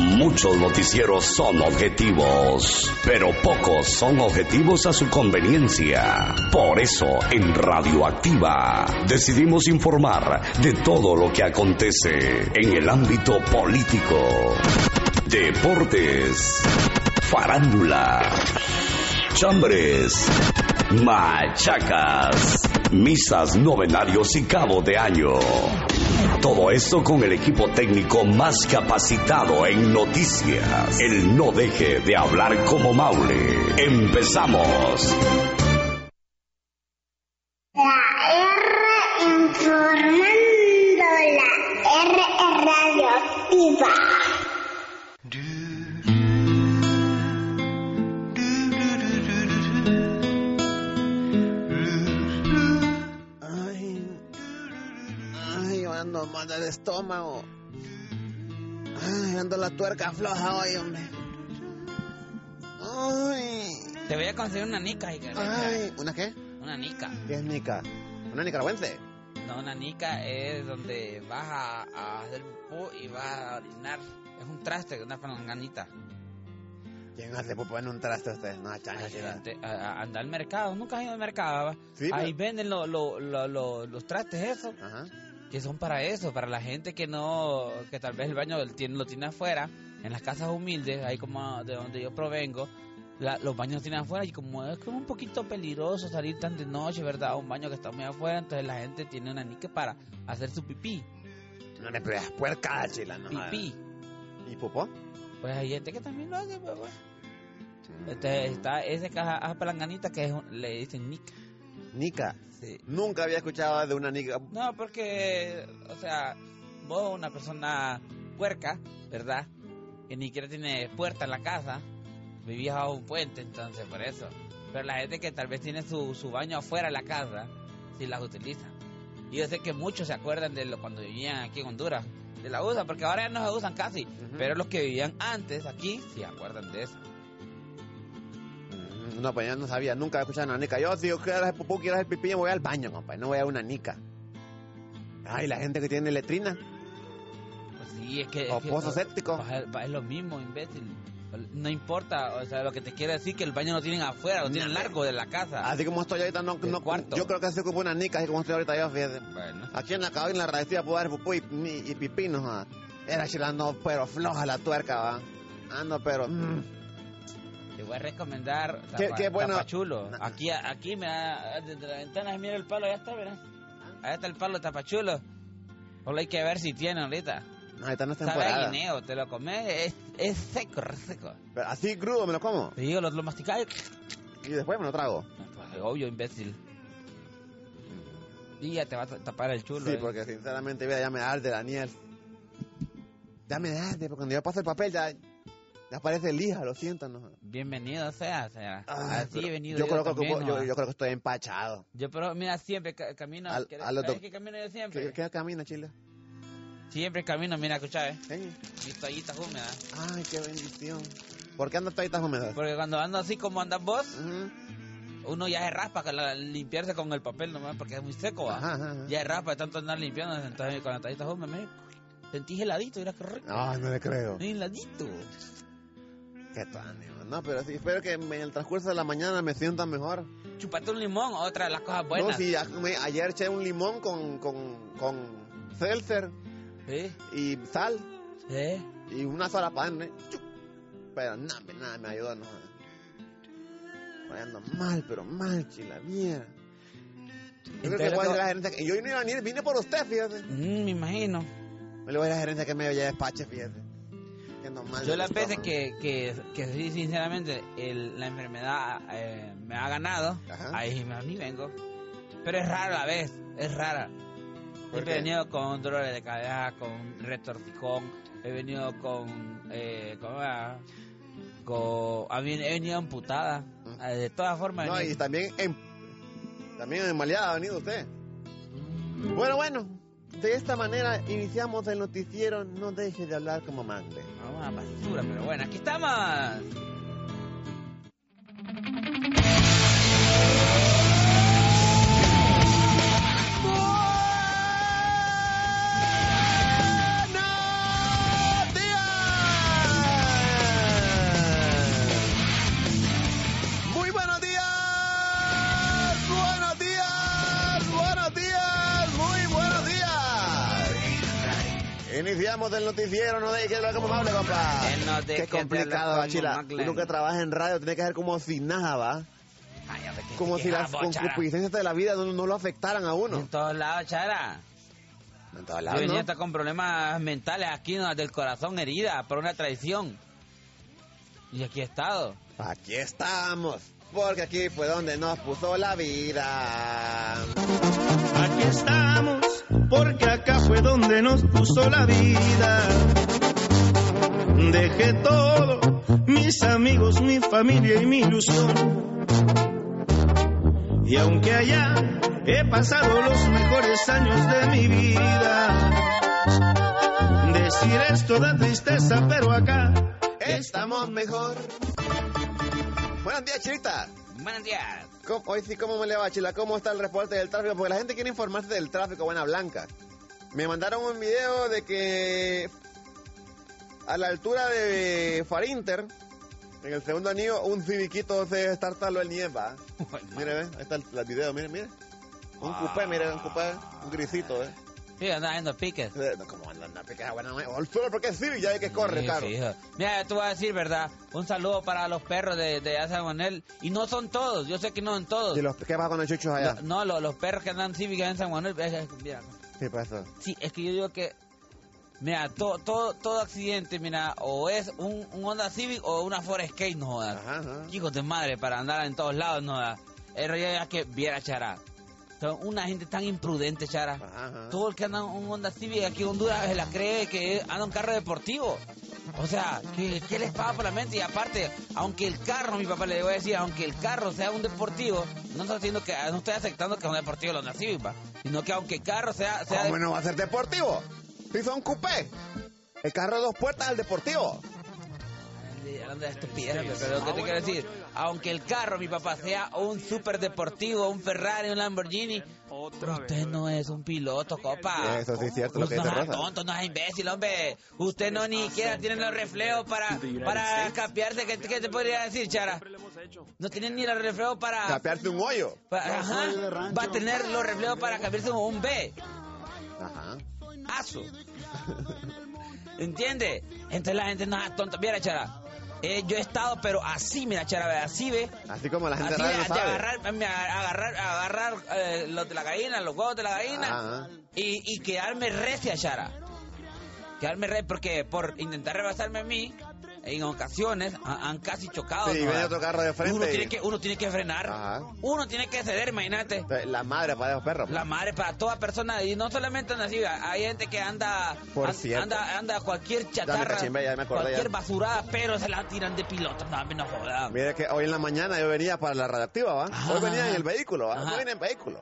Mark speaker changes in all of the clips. Speaker 1: Muchos noticieros son objetivos, pero pocos son objetivos a su conveniencia. Por eso, en Radioactiva, decidimos informar de todo lo que acontece en el ámbito político, deportes, farándula, chambres, machacas, misas, novenarios y cabo de año. Todo esto con el equipo técnico más capacitado en noticias. El no deje de hablar como Maule. Empezamos.
Speaker 2: La R informando la R radioactiva.
Speaker 3: Ay, ay, yo ando mal del estómago. Ay, ando la tuerca floja hoy, hombre. Ay,
Speaker 4: Te voy a conseguir una nica, Iker.
Speaker 3: ay, ¿una qué?
Speaker 4: Una nica.
Speaker 3: ¿Qué es nica? ¿Una nicaragüense?
Speaker 4: No, una nica es donde vas a, a hacer pupú y vas a orinar. Es un traste, una palanganita.
Speaker 3: ¿Quién hace popó en un traste usted? No, chancha,
Speaker 4: Ay,
Speaker 3: chida.
Speaker 4: ante- a- a- Anda al mercado, nunca has ido al mercado. va?
Speaker 3: Sí,
Speaker 4: Ahí
Speaker 3: pero-
Speaker 4: venden lo- lo- lo- lo- los trastes esos,
Speaker 3: Ajá.
Speaker 4: que son para eso, para la gente que no, que tal vez el baño lo tiene, lo tiene afuera, en las casas humildes, ahí como de donde yo provengo. la- los baños los tienen afuera y como es como un poquito peligroso salir tan de noche, ¿verdad? A un baño que está muy afuera, entonces la gente tiene una nica para hacer su pipí.
Speaker 3: No le pegas puerca, chila, no.
Speaker 4: pipí.
Speaker 3: ¿Y popó?
Speaker 4: Pues hay gente que también lo hace, pues, güey. Entonces está ese caja a palanganita que es un- le dicen nica.
Speaker 3: Nica.
Speaker 4: Sí.
Speaker 3: Nunca había escuchado de una nica.
Speaker 4: No, porque, o sea, vos, una persona puerca, ¿verdad? Que ni siquiera tiene puerta en la casa, vivís bajo un puente, entonces por eso. Pero la gente que tal vez tiene su, su baño afuera de la casa, sí las utiliza. Y yo sé que muchos se acuerdan de lo cuando vivían aquí en Honduras, de la usan, porque ahora ya no se usan casi. Pero los que vivían antes aquí, sí se acuerdan de eso.
Speaker 3: Mm, No, pues yo no sabía, nunca había escuchado una nica. Yo, si yo quiero hacer popó, quiero hacer pipí, yo me voy al baño, compadre. No voy a una nica. Ay, la gente que tiene letrina.
Speaker 4: Pues sí, es que... es
Speaker 3: O
Speaker 4: que-
Speaker 3: pozo séptico.
Speaker 4: Pues, Es es lo mismo, imbécil. No importa, o sea, lo que te quiero decir que el baño lo tienen afuera, lo tienen largo de la casa.
Speaker 3: Así como estoy ahorita, no,
Speaker 4: Del
Speaker 3: no-
Speaker 4: cuarto.
Speaker 3: yo creo que se ocupa una nica, así como estoy ahorita yo, fíjate.
Speaker 4: Bueno,
Speaker 3: Aquí en la cabina radioactiva puedo dar pupú y, y, y pipí, no joda. Era chilando, pero floja la tuerca, va. Ando, pero... mm.
Speaker 4: te voy a recomendar
Speaker 3: Qué-
Speaker 4: tapa-
Speaker 3: qué bueno.
Speaker 4: Tapachulo.
Speaker 3: Nah.
Speaker 4: Aquí, aquí me da, desde la ventana, mira el palo, allá está, verás. Allá está el palo de Tapachulo. Solo hay que ver si tiene ahorita.
Speaker 3: No, ahorita no es
Speaker 4: Sabe a
Speaker 3: temporada.
Speaker 4: guineo, te lo comes, es, es seco, re seco.
Speaker 3: Pero así crudo me lo como.
Speaker 4: Te digo, lo, lo masticás y-
Speaker 3: Y después me lo trago.
Speaker 4: Pues, obvio, imbécil. Y ya te va a ta- tapar el chulo.
Speaker 3: Sí,
Speaker 4: ¿eh?
Speaker 3: porque sinceramente, mira, ya me arde, Daniel. Ya me arde, porque cuando yo paso el papel ya... Ya parece lija, lo siento, no joda.
Speaker 4: Bienvenido sea, sea.
Speaker 3: Ay,
Speaker 4: Así Ah, he
Speaker 3: Ah, pero
Speaker 4: venido
Speaker 3: yo,
Speaker 4: yo,
Speaker 3: creo que
Speaker 4: también,
Speaker 3: ocupo- yo,
Speaker 4: ¿no?
Speaker 3: yo creo que estoy empachado.
Speaker 4: Yo, pero mira, siempre ca- camino.
Speaker 3: Al-
Speaker 4: ¿Quieres-
Speaker 3: a los
Speaker 4: ¿sabes
Speaker 3: doc-
Speaker 4: qué camino yo
Speaker 3: ¿Qué,
Speaker 4: siempre?
Speaker 3: qué camina, Chile?
Speaker 4: Siempre camino, mira, escucha, eh.
Speaker 3: ¿Eh?
Speaker 4: Mis toallitas húmedas.
Speaker 3: Ay, qué bendición. ¿Por qué andas toallitas húmedas?
Speaker 4: Porque cuando ando así como andas vos,
Speaker 3: Ujú.
Speaker 4: uno ya se raspa con la- limpiarse con el papel nomás, porque es muy seco, ¿va?
Speaker 3: Ajá, ajá, ajá.
Speaker 4: Ya se raspa de tanto andar limpiando, entonces con las toallitas húmedas, uh, me sentí heladito, mira qué rico.
Speaker 3: Ay, no le creo.
Speaker 4: Heladito.
Speaker 3: Qué ánimo. No, pero sí, espero que en el transcurso de la mañana me sienta mejor.
Speaker 4: Chupate un limón, otra de las cosas buenas.
Speaker 3: No, sí, a- me- ayer eché un limón con, con, con seltzer
Speaker 4: Sí,
Speaker 3: y sal
Speaker 4: sí.
Speaker 3: y una sola pan, ¿eh? Chup. Pero nada, me- nada, me ayudó, no. Ay, Ando mal, pero mal, chila, mierda. Yo creo que
Speaker 4: Entonces,
Speaker 3: le voy a
Speaker 4: lo-
Speaker 3: decir a la gerencia que... Yo no iba a venir, vine por usted, fíjate.
Speaker 4: Mm, me imagino.
Speaker 3: Me le voy a decir a la gerencia que me lleve despache, fíjate. Que ando mal
Speaker 4: Yo
Speaker 3: del
Speaker 4: las veces
Speaker 3: estómago.
Speaker 4: que, que, que sí, sinceramente, el- la enfermedad eh, me ha ganado,
Speaker 3: Ajá.
Speaker 4: ahí me ni vengo. Pero es rara la vez, es rara.
Speaker 3: ¿Por
Speaker 4: Siempre he
Speaker 3: qué?
Speaker 4: venido con dolores de cabeza, con retorcijón, he he venido con. Eh, ¿Cómo era? Con, a mí he venido amputada. Eh, De todas formas. he
Speaker 3: No, y
Speaker 4: venido-
Speaker 3: también en, también en maleada ha venido usted. Bueno, bueno, de esta manera iniciamos el noticiero No deje de hablar como mangle.
Speaker 4: Vamos a basura, pero bueno, aquí estamos.
Speaker 3: Muy buenos días, buenos días, buenos días, muy buenos días. Iniciamos el noticiero, no deje de hablar como mangle, papá.
Speaker 4: Que no deje de
Speaker 3: Qué complicado,
Speaker 4: hablar como
Speaker 3: bachila.
Speaker 4: mangle.
Speaker 3: Uno que trabaja en radio tiene que hacer como si nada, ¿va?
Speaker 4: Cállate, que
Speaker 3: Como
Speaker 4: te
Speaker 3: si las
Speaker 4: quejas, vos, Chara.
Speaker 3: concupiscencias de la vida no, no lo afectaran a
Speaker 4: En
Speaker 3: uno.
Speaker 4: todos lados, Chara.
Speaker 3: En todos
Speaker 4: Yo
Speaker 3: lados,
Speaker 4: venía
Speaker 3: ¿no?
Speaker 4: hasta con problemas mentales aquí, ¿no? del corazón herida por una traición. Y aquí he estado.
Speaker 3: Aquí estamos, porque aquí fue donde nos puso la vida.
Speaker 5: Aquí estamos, porque acá fue donde nos puso la vida. Dejé todo, mis amigos, mi familia y mi ilusión. Y aunque allá he pasado los mejores años de mi vida, decir esto da tristeza, pero acá
Speaker 3: Estamos mejor. Buenos días, Chilita.
Speaker 4: Buenos días.
Speaker 3: ¿Cómo- Hoy sí, ¿cómo me le va, Chila? ¿Cómo está el reporte del tráfico? Porque la gente quiere informarse del tráfico, buena blanca. Me mandaron un video de que a la altura de Farinter, en el segundo anillo, un civiquito se estartalo el nieva. Mire, ve, ahí está el, el video, mire, mire. Un cupé, mire, un cupé, un grisito, eh.
Speaker 4: Sí, andaba haciendo piques.
Speaker 3: Eh, No, como anda una pica buena, mae. O el oh, solo porque es Civic, ya hay que corre,
Speaker 4: Sí,
Speaker 3: caro.
Speaker 4: fijo. Mira, tú vas a decir, ¿verdad? Un saludo para los perros de, de San Manuel. Y no son todos, yo sé que no son todos.
Speaker 3: ¿Y los, ¿Qué pasa con los chuchos allá?
Speaker 4: No, no, lo- los perros que andan cívicas en San Manuel. es- es- Mira,
Speaker 3: ¿Qué pasa?
Speaker 4: sí, es que yo digo que. Mira, todo, todo, todo accidente, mira, o es un, un Honda Civic o una Forest Skate, no jodas.
Speaker 3: Ajá, ajá.
Speaker 4: Hijos de madre, para andar en todos lados, no jodas. El realidad es que viera Chara. Son una gente tan imprudente, Chara.
Speaker 3: Ajá, ajá.
Speaker 4: Todo el que anda en un Honda Civic aquí en Honduras se la cree que anda un carro deportivo. O sea, ¿qué, qué les pasa por la mente? Y aparte, aunque el carro, mi papá le voy a decir, aunque el carro sea un deportivo, no estoy, haciendo que, no estoy aceptando que es un deportivo el Honda Civic, va. Sino que aunque el carro sea... sea
Speaker 3: ¿Cómo no va a ser deportivo? Si son coupé. El carro de dos puertas al deportivo.
Speaker 4: Hablando de estupideces, pero lo que te quiero decir, aunque el carro, mi papá, sea un super deportivo, un Ferrari, un Lamborghini, usted no es un piloto, copa.
Speaker 3: Eso sí es cierto, lo que
Speaker 4: Usted
Speaker 3: dice
Speaker 4: no es
Speaker 3: Rosa.
Speaker 4: tonto, no es imbécil, hombre. Usted no ni siquiera tiene los reflejos para, para escapearse. ¿Qué, qué te podría decir, Chara? No tiene ni los reflejos para...
Speaker 3: Capearte un hoyo.
Speaker 4: para- ajá, va a tener los reflejos para cambiarse como un B.
Speaker 3: Ajá.
Speaker 4: Aso. ¿Entiende? Entonces la gente no es tonta. Mira, Chara. eh, yo he estado, pero así, mira, Chara, ve, así ve.
Speaker 3: Así como la gente
Speaker 4: Así
Speaker 3: rara
Speaker 4: de,
Speaker 3: no
Speaker 4: de
Speaker 3: sabe.
Speaker 4: agarrar, me a- agarrar, agarrar eh, los de la gallina, los huevos de la gallina
Speaker 3: Ajá.
Speaker 4: y, y quedarme recia, Chara. Quedarme recia porque por intentar rebasarme a mí, en ocasiones ha- han casi chocado.
Speaker 3: Sí,
Speaker 4: ¿no?
Speaker 3: viene otro carro de frente
Speaker 4: Uno
Speaker 3: y-
Speaker 4: tiene que, uno tiene que frenar,
Speaker 3: Ajá.
Speaker 4: uno tiene que ceder, imagínate.
Speaker 3: La madre para los perros.
Speaker 4: La madre para toda persona, y no solamente en la ciudad, hay gente que anda
Speaker 3: Por
Speaker 4: an-
Speaker 3: cierto.
Speaker 4: anda, anda cualquier chatarra,
Speaker 3: cachimbé, ya me acordé,
Speaker 4: cualquier
Speaker 3: ya.
Speaker 4: basurada, pero se la tiran de piloto, no, hombre, no jodas.
Speaker 3: Mira que hoy en la mañana yo venía para la radioactiva, ¿va?
Speaker 4: Ajá.
Speaker 3: Hoy venía en el vehículo, ¿va?
Speaker 4: Ajá.
Speaker 3: Yo venía en vehículo.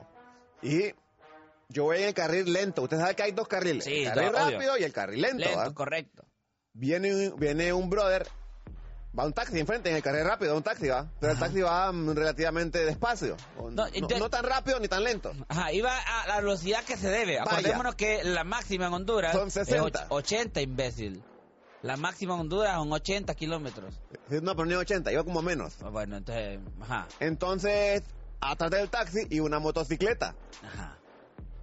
Speaker 3: Y yo voy en el carril lento. Usted sabe que hay dos carriles.
Speaker 4: Sí,
Speaker 3: el carril
Speaker 4: no, obvio.
Speaker 3: rápido y el carril lento,
Speaker 4: Lento,
Speaker 3: ¿va?
Speaker 4: correcto.
Speaker 3: viene, un- viene un brother, va un taxi enfrente en el carril rápido, un taxi va, pero el taxi va mm, relativamente despacio, o
Speaker 4: No,
Speaker 3: no,
Speaker 4: entonces-
Speaker 3: no tan rápido ni tan lento.
Speaker 4: Ajá, iba a la velocidad que se debe.
Speaker 3: Vaya.
Speaker 4: Acordémonos que la máxima en Honduras
Speaker 3: Son
Speaker 4: es
Speaker 3: 60.
Speaker 4: och- 80, imbécil. La máxima en Honduras son 80 kilómetros.
Speaker 3: Sí, No, pero ni 80, iba como menos.
Speaker 4: Ah, Bueno, entonces, ajá,
Speaker 3: Entonces, atrás del taxi y una motocicleta.
Speaker 4: ajá.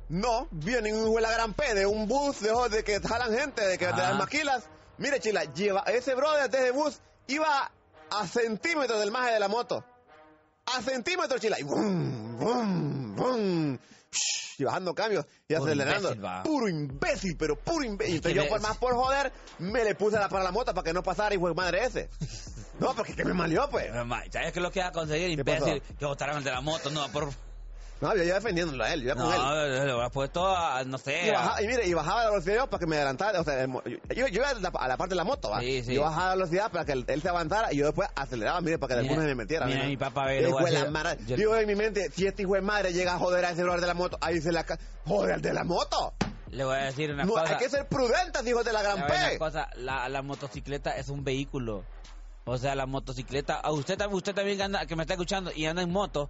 Speaker 3: No, viene un hijo de la gran P de un bus de, esos de que jalan gente, de que de
Speaker 4: Ah.
Speaker 3: las maquilas. Mire, chila, lleva ese brother de ese bus iba a centímetros del maje de la moto. A centímetros, chila. Y bum, bum, bum. Shhh, Y bajando cambios y
Speaker 4: Puro
Speaker 3: acelerando.
Speaker 4: imbécil, va.
Speaker 3: puro imbécil, pero puro imbécil.
Speaker 4: Es que
Speaker 3: Entonces yo,
Speaker 4: ves-
Speaker 3: por más por joder, me le puse la para la moto para que no pasara, hijo de madre ese. No, porque que me malió, pues.
Speaker 4: Pero, ma, ¿Sabes qué es lo que va a conseguir,
Speaker 3: ¿Qué pasó?
Speaker 4: imbécil? Que votaran de la moto, no, por...
Speaker 3: No, yo iba defendiéndolo a él, yo iba con él.
Speaker 4: No, lo hubieras puesto a, no
Speaker 3: Y,
Speaker 4: sé. a-
Speaker 3: bajaba, y mire, y bajaba la velocidad para que me adelantara. O sea, el mo- yo, yo- yo iba a la, a la parte de la moto, ¿va?
Speaker 4: Sí, sí.
Speaker 3: Yo bajaba la velocidad para que él, él se avanzara y yo después aceleraba, mire, para que
Speaker 4: Mira,
Speaker 3: después me metiera.
Speaker 4: mira,
Speaker 3: nena.
Speaker 4: mi papá, ve, lo
Speaker 3: Hijo
Speaker 4: voy a
Speaker 3: de la
Speaker 4: hacer-
Speaker 3: mara-
Speaker 4: yo-
Speaker 3: Digo en mi mente, si este hijo de madre llega a joder a ese brother de la moto, ahí se la... ca- ¡Joder, al de la moto!
Speaker 4: Le voy a decir una
Speaker 3: No,
Speaker 4: cosa.
Speaker 3: hay que ser prudentes, hijos de la gran
Speaker 4: Le
Speaker 3: P.
Speaker 4: voy a decir una cosa, la, la motocicleta es un vehículo. O sea, la motocicleta, a usted, tam- usted también que anda, que me está escuchando y anda en moto,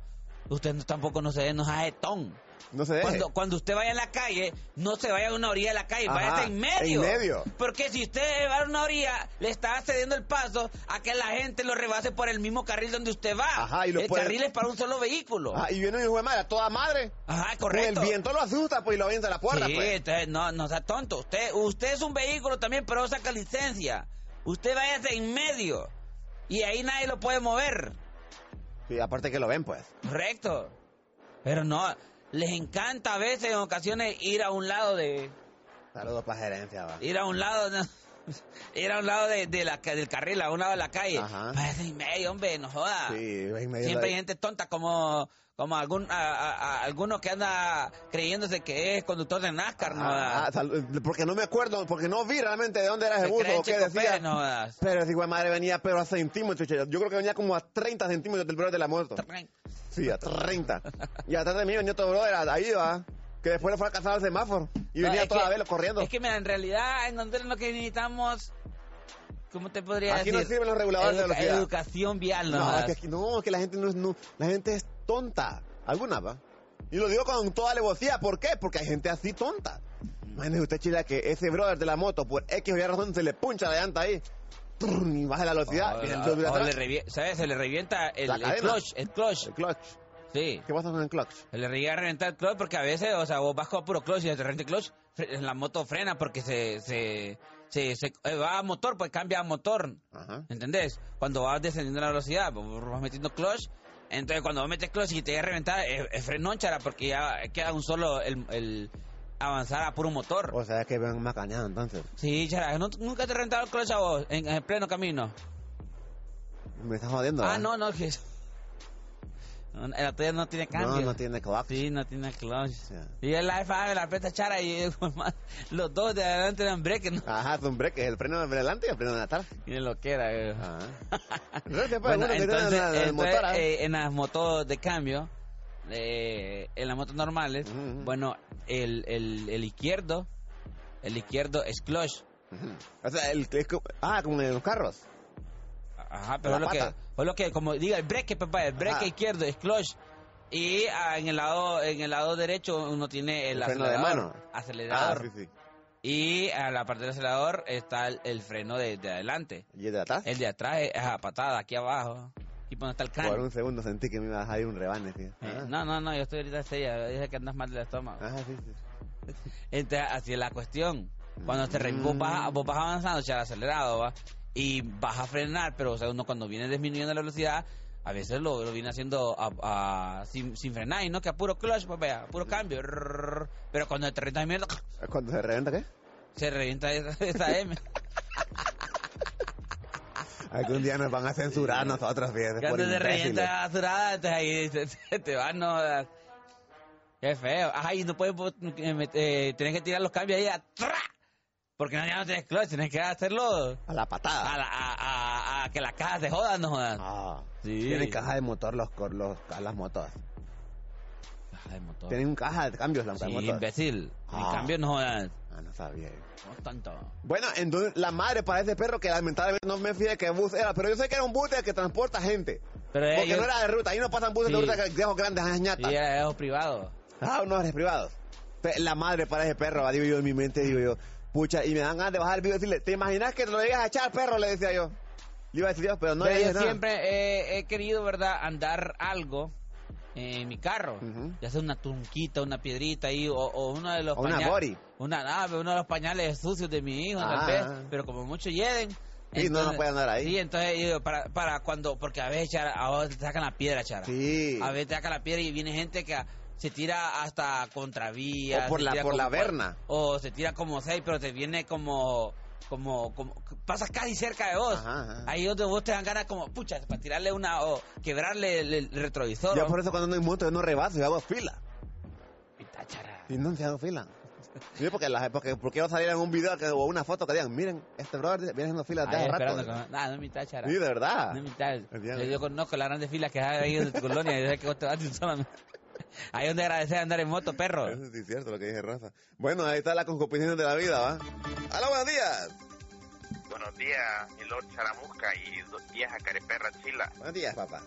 Speaker 4: usted no- tampoco no se dé, no sea jetón.
Speaker 3: No se deje.
Speaker 4: Cuando, cuando usted vaya en la calle, no se vaya a una orilla de la calle,
Speaker 3: Ajá,
Speaker 4: váyase en medio.
Speaker 3: en medio.
Speaker 4: Porque si usted va a una orilla, le está cediendo el paso a que la gente lo rebase por el mismo carril donde usted va.
Speaker 3: Ajá, y lo
Speaker 4: el
Speaker 3: puede-
Speaker 4: carril es para un solo vehículo.
Speaker 3: Ah, y viene un hijo de madre, a toda madre.
Speaker 4: Ajá,
Speaker 3: Con
Speaker 4: correcto.
Speaker 3: el viento lo asusta, pues, y lo avienta a la puerta,
Speaker 4: Sí,
Speaker 3: pues.
Speaker 4: entonces, no, no sea tonto. Usted, usted es un vehículo también, pero saca licencia. Usted váyase en medio. Y ahí nadie lo puede mover.
Speaker 3: Sí, aparte que lo ven, pues.
Speaker 4: Correcto. Pero no, les encanta a veces, en ocasiones, ir a un lado de.
Speaker 3: Saludos para gerencia, va.
Speaker 4: Ir a un lado. no, ir a un lado de, de la, ca- del carril, a un lado de la calle.
Speaker 3: Ajá.
Speaker 4: Váyase en medio, hombre, no joda.
Speaker 3: Sí, en medio
Speaker 4: Siempre hay
Speaker 3: de-
Speaker 4: gente tonta como. Como algún, a, a- a- alguno que anda creyéndose que es conductor de NASCAR, no joda.
Speaker 3: Ah, sal- porque no me acuerdo, porque no vi realmente de dónde era ese
Speaker 4: Se
Speaker 3: buzo
Speaker 4: creen
Speaker 3: o qué
Speaker 4: Checo
Speaker 3: decía.
Speaker 4: Pérez, no jodas.
Speaker 3: Pero ese hijo de madre venía pero a centímetros, che. yo creo que venía como a 30 centímetros del brother de la moto. Sí, a 30. Y atrás de mí venía otro brother, ahí va, que después le fue a cazar al semáforo. Y
Speaker 4: No,
Speaker 3: venía
Speaker 4: es
Speaker 3: toda
Speaker 4: que-
Speaker 3: vez corriendo.
Speaker 4: Es que, mira, en realidad, en Honduras lo que necesitamos, ¿cómo te podría
Speaker 3: Aquí
Speaker 4: decir?
Speaker 3: no sirven los reguladores de
Speaker 4: Educa-
Speaker 3: velocidad.
Speaker 4: Educación vial, no.
Speaker 3: no, es
Speaker 4: jodas.
Speaker 3: que aquí- no, es que la gente no es, no- la gente es tonta. Alguna, va. Y lo digo con toda alevosía, ¿por qué? Porque hay gente así tonta. Imagínese usted, chila, que ese brother de la moto, por X o Y razón, se le puncha la llanta ahí. Trrr, Y baja la velocidad. y el
Speaker 4: O-
Speaker 3: brother de
Speaker 4: o- o
Speaker 3: atrás,
Speaker 4: le revie- ¿Sabes? Se le revienta el,
Speaker 3: La
Speaker 4: el
Speaker 3: cadena.
Speaker 4: clutch, el clutch.
Speaker 3: el clutch.
Speaker 4: Sí.
Speaker 3: ¿Qué pasa con el clutch?
Speaker 4: Se le llega a reventar el clutch porque a veces, o sea, vos vas con puro clutch y de repente el clutch, fre- la moto frena porque se, se, se, se- eh, va a motor, pues cambia a motor.
Speaker 3: Ajá.
Speaker 4: ¿Entendés? Cuando vas descendiendo la velocidad, pues, vas metiendo clutch. Entonces, cuando vos metes clutch y te vas a reventar, es, es frenónchara porque ya queda un solo el, el avanzar a puro motor.
Speaker 3: O sea, es que ven más cañado entonces.
Speaker 4: Sí, chara, ¿no- nunca te he reventado el clutch a vos en, en pleno camino.
Speaker 3: Me estás jodiendo. ¿eh?
Speaker 4: ah,
Speaker 3: ¿verdad?
Speaker 4: no, no, que. No, La tuya no tiene cambio.
Speaker 3: No, no tiene clutch.
Speaker 4: Sí, no tiene clutch.
Speaker 3: Ya.
Speaker 4: Y el iPhone me la aprieta chara y los dos de adelante eran break, ¿no?
Speaker 3: Ajá, es un break, es el freno de adelante y el freno de atrás.
Speaker 4: Ni lo que era, eh.
Speaker 3: Ajá. Entonces, pues,
Speaker 4: Bueno,
Speaker 3: Ah. uno que tiene
Speaker 4: entonces,
Speaker 3: la- la- el
Speaker 4: entonces,
Speaker 3: motor, ah.
Speaker 4: eh, en las motos de cambio, eh, en las motos normales,
Speaker 3: Ujú, ujú.
Speaker 4: bueno, el, el, el izquierdo, el izquierdo es clutch.
Speaker 3: Ujú. O sea, el, es como- ah, como en los carros.
Speaker 4: Ajá, pero
Speaker 3: La
Speaker 4: es lo que,
Speaker 3: pata.
Speaker 4: es lo que, como diga, el breque, papá, el breque
Speaker 3: Ajá.
Speaker 4: izquierdo es clutch. Y ah, en el lado en el lado derecho uno tiene el,
Speaker 3: El freno de
Speaker 4: acelerador,
Speaker 3: mano.
Speaker 4: acelerador.
Speaker 3: Ah, sí, sí.
Speaker 4: y a la parte del acelerador está el, el freno de, de adelante.
Speaker 3: ¿Y el de atrás?
Speaker 4: El de atrás es a patada aquí abajo. Y cuando está el cráneo.
Speaker 3: Por un Ah. segundo sentí que me iba a dejar ir un rebane, tío.
Speaker 4: Eh,
Speaker 3: Ajá.
Speaker 4: No, no, no, yo estoy ahorita seria, dije que andas mal del estómago.
Speaker 3: Ajá, Ah, sí, sí.
Speaker 4: Entonces, así es la cuestión. Cuando te re- vos, vas, vos vas avanzando, ya acelerado, va, y vas a frenar, pero o sea, uno cuando viene disminuyendo la velocidad, a veces lo, lo viene haciendo a- a- sin, sin frenar, y no que a puro clutch, pues vea, a puro cambio. rrrr, Pero cuando te revienta mierda,
Speaker 3: ¿Cuándo se reventa qué?
Speaker 4: se revienta esa, esa M.
Speaker 3: Algún día nos van a censurar a nosotros, fíjate. por
Speaker 4: Cuando te
Speaker 3: imbéciles.
Speaker 4: revienta la basurada, entonces ahí se- se te van, no. jodas. Qué feo. Ajá, y no puedes. vos, eh, met- eh, tenés que tirar los cambios ahí atrás. Porque no, ya no tienes clutch, tienes que hacerlo
Speaker 3: A la patada.
Speaker 4: a, la- a- a- a que la caja se joda, no jodas.
Speaker 3: Ah.
Speaker 4: Sí.
Speaker 3: Tienen caja de motor los, cor- los, las motos.
Speaker 4: Caja de motor.
Speaker 3: Tienen caja de cambios las
Speaker 4: Oh. Sí,
Speaker 3: motos.
Speaker 4: imbécil.
Speaker 3: Ah.
Speaker 4: En cambio, no jodas.
Speaker 3: Ah, no sabía.
Speaker 4: No tanto.
Speaker 3: Bueno, entonces la madre para ese perro que lamentablemente no me fui de qué bus era, pero yo sé que era un bus de que transporta gente.
Speaker 4: Pero eh,
Speaker 3: Porque
Speaker 4: yo-
Speaker 3: no era de ruta, ahí no pasan buses de
Speaker 4: Sí.
Speaker 3: ruta que viejos grandes, ah, ñatas.
Speaker 4: Sí, eh, era de ojos privados.
Speaker 3: Ah, unos bares privados. Pe- La madre para ese perro, ah, digo yo en mi mente, digo yo, pucha, y me dan ganas de bajar el video y decirle, ¿te imaginas que te lo llegas a echar, perro? Le decía yo. Le iba a decir Dios, pero no
Speaker 4: Pero
Speaker 3: le dije
Speaker 4: yo
Speaker 3: nada.
Speaker 4: siempre eh, he querido, ¿verdad?, andar algo en mi carro.
Speaker 3: Ujú.
Speaker 4: Ya sea una tunquita, una piedrita ahí, o, o uno de los
Speaker 3: O una
Speaker 4: pañales. ah,
Speaker 3: body.
Speaker 4: uno de los pañales sucios de mi hijo, tal
Speaker 3: Ah.
Speaker 4: vez. Pero como mucho lleven.
Speaker 3: Sí, no, no puede andar ahí.
Speaker 4: Sí, entonces yo digo, para, para cuando, porque a veces chara, a vos te sacan la piedra, chara.
Speaker 3: Sí.
Speaker 4: A veces te sacan la piedra y viene gente que se tira hasta contravía.
Speaker 3: O por
Speaker 4: se
Speaker 3: la-
Speaker 4: tira
Speaker 3: por la
Speaker 4: como-
Speaker 3: verna.
Speaker 4: O se tira como seis, pero te viene como como, como pasas casi cerca de vos.
Speaker 3: Ajá, ajá.
Speaker 4: Ahí donde vos te dan ganas como, pucha, para tirarle una o quebrarle el, el retrovisor.
Speaker 3: Yo
Speaker 4: ¿no?
Speaker 3: por eso cuando ando en moto yo no rebaso, yo hago fila.
Speaker 4: Y táchara.
Speaker 3: Y no, se hago fila. Sí, porque, las, porque, porque va a salir en un video que- o una foto que digan, miren, este brother viene haciendo fila de
Speaker 4: Ahí
Speaker 3: hace
Speaker 4: esperando
Speaker 3: rato. eh.
Speaker 4: que- Nah, no es mi táchara.
Speaker 3: Sí, de verdad.
Speaker 4: No es mi táchara.
Speaker 3: El día
Speaker 4: Yo,
Speaker 3: de-
Speaker 4: yo conozco las grandes filas que hay ahí en tu colonia. Yo sé que vos te vas de un solo- Ahí donde agradecer andar en moto, perro.
Speaker 3: Eso sí es cierto lo que dije Rafa. Bueno, ahí está la concupiscencia de la vida, ¿va? ¡Hola, buenos días!
Speaker 6: Buenos días, Milor Charamusca y dos días a Careperra Chila.
Speaker 3: Buenos días, papá.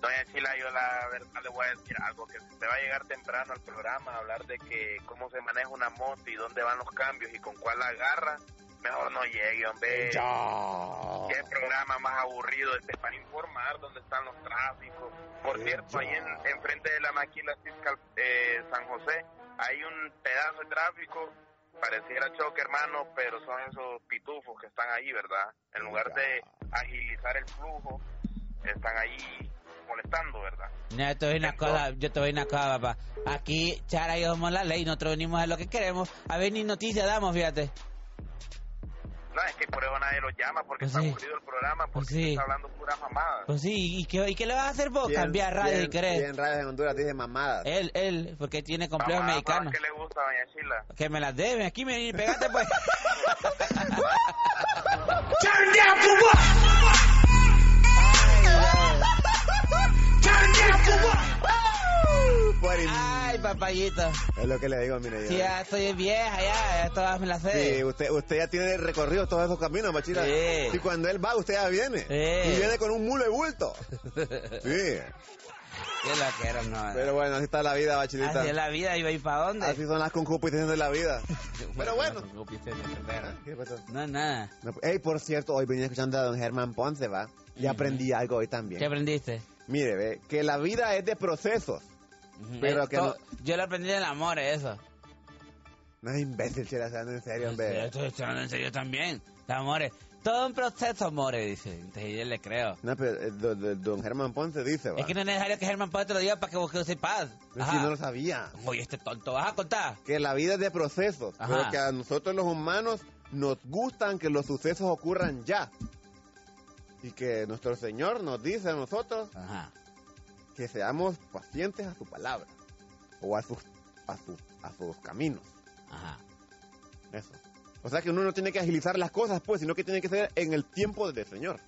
Speaker 6: Doña Chila, yo la verdad le voy a decir algo que se va a llegar temprano al programa, a hablar de que cómo se maneja una moto y dónde van los cambios y con cuál la agarra. Mejor no llegue, hombre. Qué programa más aburrido este para informar dónde están los tráficos. Por cierto, ahí en- enfrente de la maquila fiscal eh, San José hay un pedazo de tráfico. Pareciera choque, hermano, pero son esos pitufos que están ahí, ¿verdad? En lugar de agilizar el flujo, están ahí molestando, ¿verdad?
Speaker 4: No, yo te doy una cosa, yo te doy una cosa, papá. Aquí, Chara y yo somos la ley, nosotros venimos a lo que queremos. A ver, ni noticias damos, fíjate.
Speaker 6: No, es que por eso nadie los llama porque
Speaker 4: Pues
Speaker 6: está
Speaker 4: sí.
Speaker 6: aburrido el programa, porque
Speaker 4: Pues sí.
Speaker 6: se está hablando pura mamada.
Speaker 4: Pues sí, ¿y qué, y qué le vas a hacer vos? Cambiar radio y querés.
Speaker 3: en radios en Honduras dice mamadas.
Speaker 4: Él, él, porque tiene complejo
Speaker 3: Ah,
Speaker 6: Mamá,
Speaker 4: mexicano.
Speaker 6: ¿Qué le gusta, doña Chila?
Speaker 4: Que me las deben, aquí me pegate pues.
Speaker 3: Por in-
Speaker 4: Ay, papayito.
Speaker 3: Es lo que le digo, mire.
Speaker 4: Ah. Sí,
Speaker 3: yo-
Speaker 4: ya estoy vieja, ya, ya todas me las sé.
Speaker 3: Sí, usted, usted ya tiene recorrido todos esos caminos, machila.
Speaker 4: Sí.
Speaker 3: Y cuando él va, usted ya viene.
Speaker 4: Sí.
Speaker 3: Y viene con un mulo de bulto. Sí.
Speaker 4: Yo lo quiero, no. eh.
Speaker 3: Pero bueno, así está la vida, bachilita.
Speaker 4: Así es la vida, iba a ir para dónde.
Speaker 3: Así son las concupiscencias de la vida. Pero bueno. ¿Qué pasó?
Speaker 4: No, nada.
Speaker 3: No, Ey, por cierto, hoy venía escuchando a don Germán Ponce, ¿va? Y aprendí algo hoy también.
Speaker 4: ¿Qué aprendiste?
Speaker 3: Mire, ve, que la vida es de procesos.
Speaker 4: Ujú.
Speaker 3: Pero
Speaker 4: Eh,
Speaker 3: que
Speaker 4: to-
Speaker 3: no-
Speaker 4: Yo lo aprendí del amor, eso.
Speaker 3: No es imbécil, chela, se en serio,
Speaker 4: Yo
Speaker 3: hombre.
Speaker 4: estoy hablando en serio también. Los amores. Todo un proceso, amores, dice. Entonces yo le creo.
Speaker 3: No, pero eh, do- do- don Germán Ponce dice, va.
Speaker 4: Es que no es necesario que Germán Paz te lo diga para que vos que paz.
Speaker 3: Es que
Speaker 4: Ajá.
Speaker 3: no lo sabía.
Speaker 4: Oye, este tonto, ¿vas a contar?
Speaker 3: Que la vida es de procesos.
Speaker 4: Ajá.
Speaker 3: Pero que a nosotros los humanos nos gustan que los sucesos ocurran ya. Y que nuestro Señor nos dice a nosotros
Speaker 4: Ajá.
Speaker 3: que seamos pacientes a su palabra. O a sus, a sus, a sus caminos.
Speaker 4: Ajá.
Speaker 3: Eso. O sea que uno no tiene que agilizar las cosas, pues, sino que tiene que ser en el tiempo del Señor.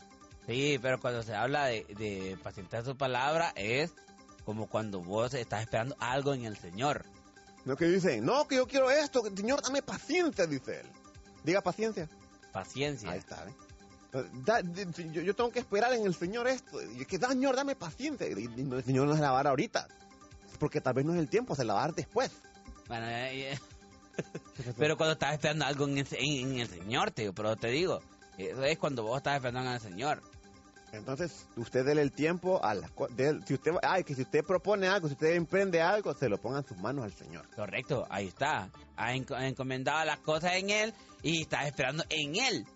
Speaker 4: Sí, pero cuando se habla de, de pacientar su palabra es como cuando vos estás esperando algo en el Señor.
Speaker 3: No que dicen, no, que yo quiero esto, que, Señor, dame paciencia, dice él. Diga paciencia.
Speaker 4: Paciencia.
Speaker 3: Ahí está, ¿eh? Da- di- si- yo, yo tengo que esperar en el Señor esto. Y que, da, Señor, dame paciencia. Y, y no, el Señor no se la va a dar ahorita. Porque tal vez no es el tiempo, se la va a dar después.
Speaker 4: Bueno, eh, eh. pero cuando estás esperando algo en el, en- en el Señor, te digo, pero te digo, eso es cuando vos estás esperando en el Señor.
Speaker 3: Entonces, usted déle el tiempo a las cosas. Si usted, ay, que si usted propone algo, si usted emprende algo, se lo ponga en sus manos al Señor.
Speaker 4: Correcto, ahí está. Has enco- encomendado las cosas en Él y estás esperando en Él.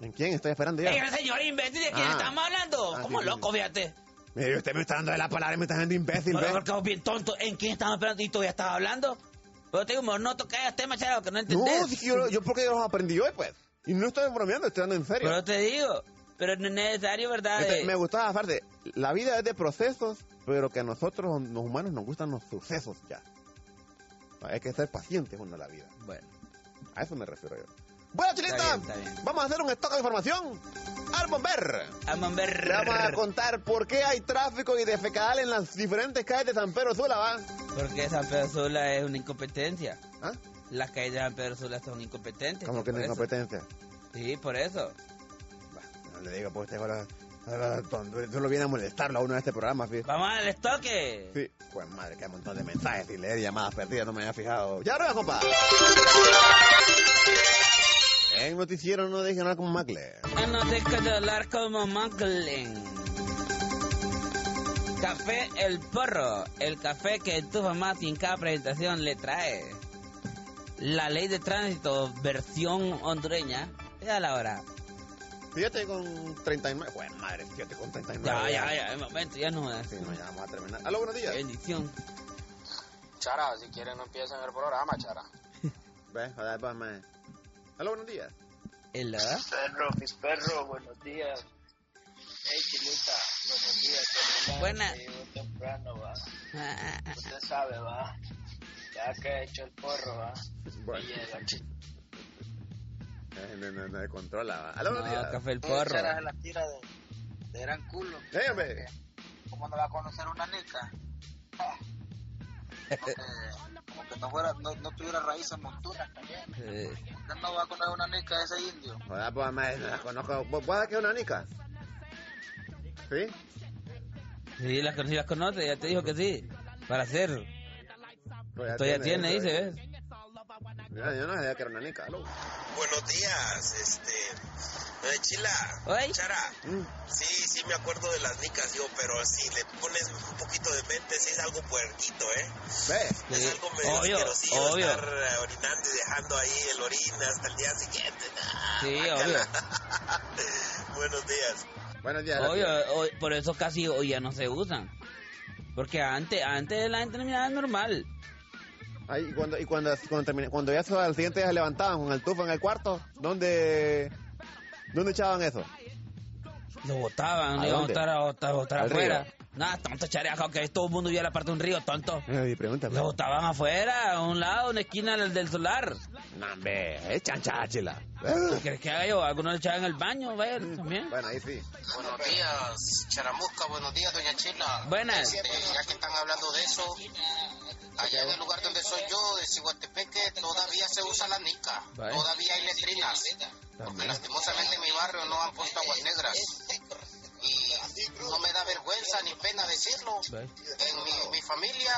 Speaker 3: ¿En quién estoy esperando yo?
Speaker 4: ¡En el Señor, imbécil! ¿De quién
Speaker 3: Ah.
Speaker 4: estamos hablando?
Speaker 3: Ah,
Speaker 4: como
Speaker 3: sí, sí,
Speaker 4: loco, fíjate.
Speaker 3: Mire, usted me está dando de la palabra y me está haciendo imbécil,
Speaker 4: Pero
Speaker 3: ¿ve?
Speaker 4: porque vos bien tonto, ¿en quién estamos esperando? ¿Y todavía estás hablando? Pero te digo, mejor no tocas temas, chavo, que no entendés.
Speaker 3: No, si yo, yo porque yo los aprendí hoy, pues. Y no estoy bromeando, estoy hablando en serio.
Speaker 4: Pero te digo, pero no es necesario, ¿verdad? Eh,
Speaker 3: Este,
Speaker 4: De-
Speaker 3: me gustaba la frase, la vida es de procesos, pero que a nosotros, los humanos, nos gustan los sucesos ya. Hay que ser pacientes uno en la vida.
Speaker 4: Bueno,
Speaker 3: A eso me refiero yo. Bueno,
Speaker 4: Está
Speaker 3: chilita,
Speaker 4: bien, está bien.
Speaker 3: vamos a hacer un stock de información al bomber.
Speaker 4: vamos a ver.
Speaker 3: Le vamos a contar por qué hay tráfico y defecal en las diferentes calles de San Pedro Sula, ¿va?
Speaker 4: Porque San Pedro Sula es una incompetencia.
Speaker 3: ¿Ah?
Speaker 4: Las calles de San Pedro Sula son incompetentes.
Speaker 3: Como
Speaker 4: por
Speaker 3: que no hay
Speaker 4: eso.
Speaker 3: competencia.
Speaker 4: Sí, por eso.
Speaker 3: Bah, No le digo, pues usted ahora, ahora tonto, solo viene a molestarlo a uno de este programa, fíjate.
Speaker 4: Vamos al estoque.
Speaker 3: Sí. Pues madre, que hay un montón de mensajes y leer llamadas perdidas, no me había fijado. ¡Ya arriba, compa! En noticiero no dejen hablar con Macle.
Speaker 4: Ah, No deja de hablar como Macklin. Café El Porro, el café que tu mamá sin cada presentación le trae. La ley de tránsito versión hondureña. Ya la hora.
Speaker 3: Fíjate con 39. Pues madre, fíjate con 39.
Speaker 4: Ya, ya, ya, un momento, ya no
Speaker 3: Sí, no, ya vamos a terminar. Aló, buenos días.
Speaker 4: Bendición.
Speaker 6: Chara, si quieren no empiecen el programa, Chara.
Speaker 3: Ve, a ver, va, madre. Hola, buenos días.
Speaker 4: ¿Hello?
Speaker 7: Perro, mis perros, buenos días. Hey, Chilita, buenos días. Chilita. Eh,
Speaker 4: Buenas.
Speaker 7: Me llegó temprano, va. Usted sabe, va. Ya que he hecho el porro, va.
Speaker 3: Bueno.
Speaker 7: Y llega, chi-
Speaker 3: Eh, No, no, no, descontrola. va. Hola, buenos
Speaker 4: No,
Speaker 3: días.
Speaker 4: Ah, café el
Speaker 7: Esas
Speaker 4: porro.
Speaker 7: eran las tiras de, de gran culo.
Speaker 3: Eh, hombre.
Speaker 7: ¿Cómo no va a conocer una nica? Ah. Como que, como que no, fuera, no, no tuviera raíces montunas también.
Speaker 4: Eh,
Speaker 7: Usted no va a conocer una nica de ese indio.
Speaker 3: Hola, pues, maestra, la conozco. ¿Vos vos sabés que es una nica? ¿Sí?
Speaker 4: Sí, las, si las conoce, ya te dijo que sí. Para hacer.
Speaker 3: Pues
Speaker 4: Esto ya tiene,
Speaker 3: eso,
Speaker 4: dice,
Speaker 3: ¿eh?
Speaker 4: ¿ves?
Speaker 3: Mira, yo no sabía que era una nica. aló.
Speaker 6: Buenos días, este. eh, Chila,
Speaker 4: Ay.
Speaker 6: Chara.
Speaker 3: Mm.
Speaker 6: Sí, sí, me acuerdo de las nicas, yo, pero si le pones un poquito de mente, sí es algo puerquito, ¿eh?
Speaker 3: Ve.
Speaker 4: Sí,
Speaker 6: Es algo medio
Speaker 4: obvio,
Speaker 6: asquerosillo
Speaker 4: obvio.
Speaker 6: estar eh, orinando y dejando ahí el orín hasta el día siguiente. Ah,
Speaker 4: Sí,
Speaker 6: guácala. Buenos días.
Speaker 3: Buenos días.
Speaker 4: Obvio,
Speaker 3: gracias.
Speaker 4: hoy- por eso casi hoy ya no se usan. Porque antes, antes la gente no miraba normal.
Speaker 3: Ay, y cuando, y cuando, cuando, terminé- cuando ya se- al siguiente día se levantaban con el tufo en el cuarto, ¿dónde, dónde echaban eso?
Speaker 4: Lo botaban, lo
Speaker 3: ¿A
Speaker 4: iban a
Speaker 3: dónde?
Speaker 4: botar, a botar, a botar
Speaker 3: ¿Al
Speaker 4: afuera.
Speaker 3: río?
Speaker 4: Nada, tanto chareajo que todo el mundo viera la parte de un río, tonto.
Speaker 3: Ay, Eh, pregúntame.
Speaker 4: Lo botaban afuera, a un lado, una esquina del del solar.
Speaker 3: No, hombre, eh, es chanchachela.
Speaker 4: Pues, ¿Crees que haga yo? Algunos lo echaban en el baño, vaya, también.
Speaker 3: Eh, Bueno, ahí sí.
Speaker 7: Buenos días, Charamusca, buenos días, doña Chila.
Speaker 4: Buenas.
Speaker 7: Eh, ya que están hablando de eso, allá en el lugar donde soy yo, de Cihuatepeque, todavía se usa la nica,
Speaker 4: Vaya.
Speaker 7: todavía hay letrinas, porque lastimosamente en mi barrio no han puesto aguas negras. Y no me da vergüenza ni pena decirlo.
Speaker 4: Vaya.
Speaker 7: En mi, mi familia,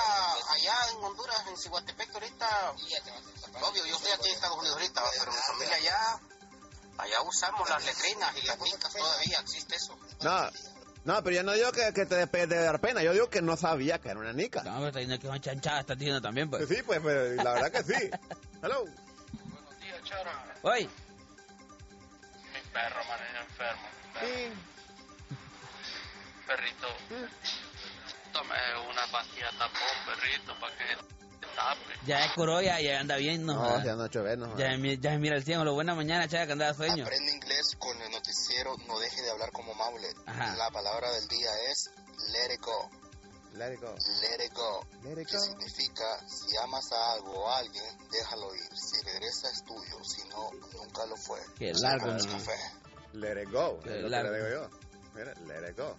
Speaker 7: allá en Honduras, en Cihuatepeque, ahorita, obvio, yo estoy aquí en Estados Unidos ahorita, pero mi familia allá, allá usamos las letrinas y las nicas, todavía existe eso.
Speaker 3: No, no, pero yo no digo que, que te despegues de dar pena, yo digo que no sabía que era una nica.
Speaker 4: No, pero está diciendo que son chanchadas, está diciendo también,
Speaker 3: Pues
Speaker 4: pues.
Speaker 3: sí, pues, pero la verdad que sí. Hello.
Speaker 7: Buenos días, Chara.
Speaker 4: Oye,
Speaker 7: Mi perro, man, es enfermo. mi perro.
Speaker 3: Sí.
Speaker 7: Perrito, tome una pastilla tapón, perrito, para que te tape.
Speaker 4: ya es Corolla, ya anda bien, no.
Speaker 3: No,
Speaker 4: jodas.
Speaker 3: ya no chove, no.
Speaker 4: Ya, mi- ya mira el cielo, lo buena mañana, chaval, que andaba sueño.
Speaker 7: Aprende inglés con el noticiero, no deje de hablar como Maulet.
Speaker 4: Ajá.
Speaker 7: La palabra del día es let it go,
Speaker 3: Let it go.
Speaker 7: let it go.
Speaker 3: Let it
Speaker 7: Que
Speaker 3: go.
Speaker 7: significa, si amas a algo o a alguien, déjalo ir. Si regresa es tuyo, si no, nunca lo fue.
Speaker 4: Qué largo,
Speaker 7: Saca
Speaker 4: ¿no?
Speaker 7: tu fe.
Speaker 3: Let it go.
Speaker 4: Qué
Speaker 3: es lo que
Speaker 4: largo.
Speaker 3: le digo yo. Mira, let it go.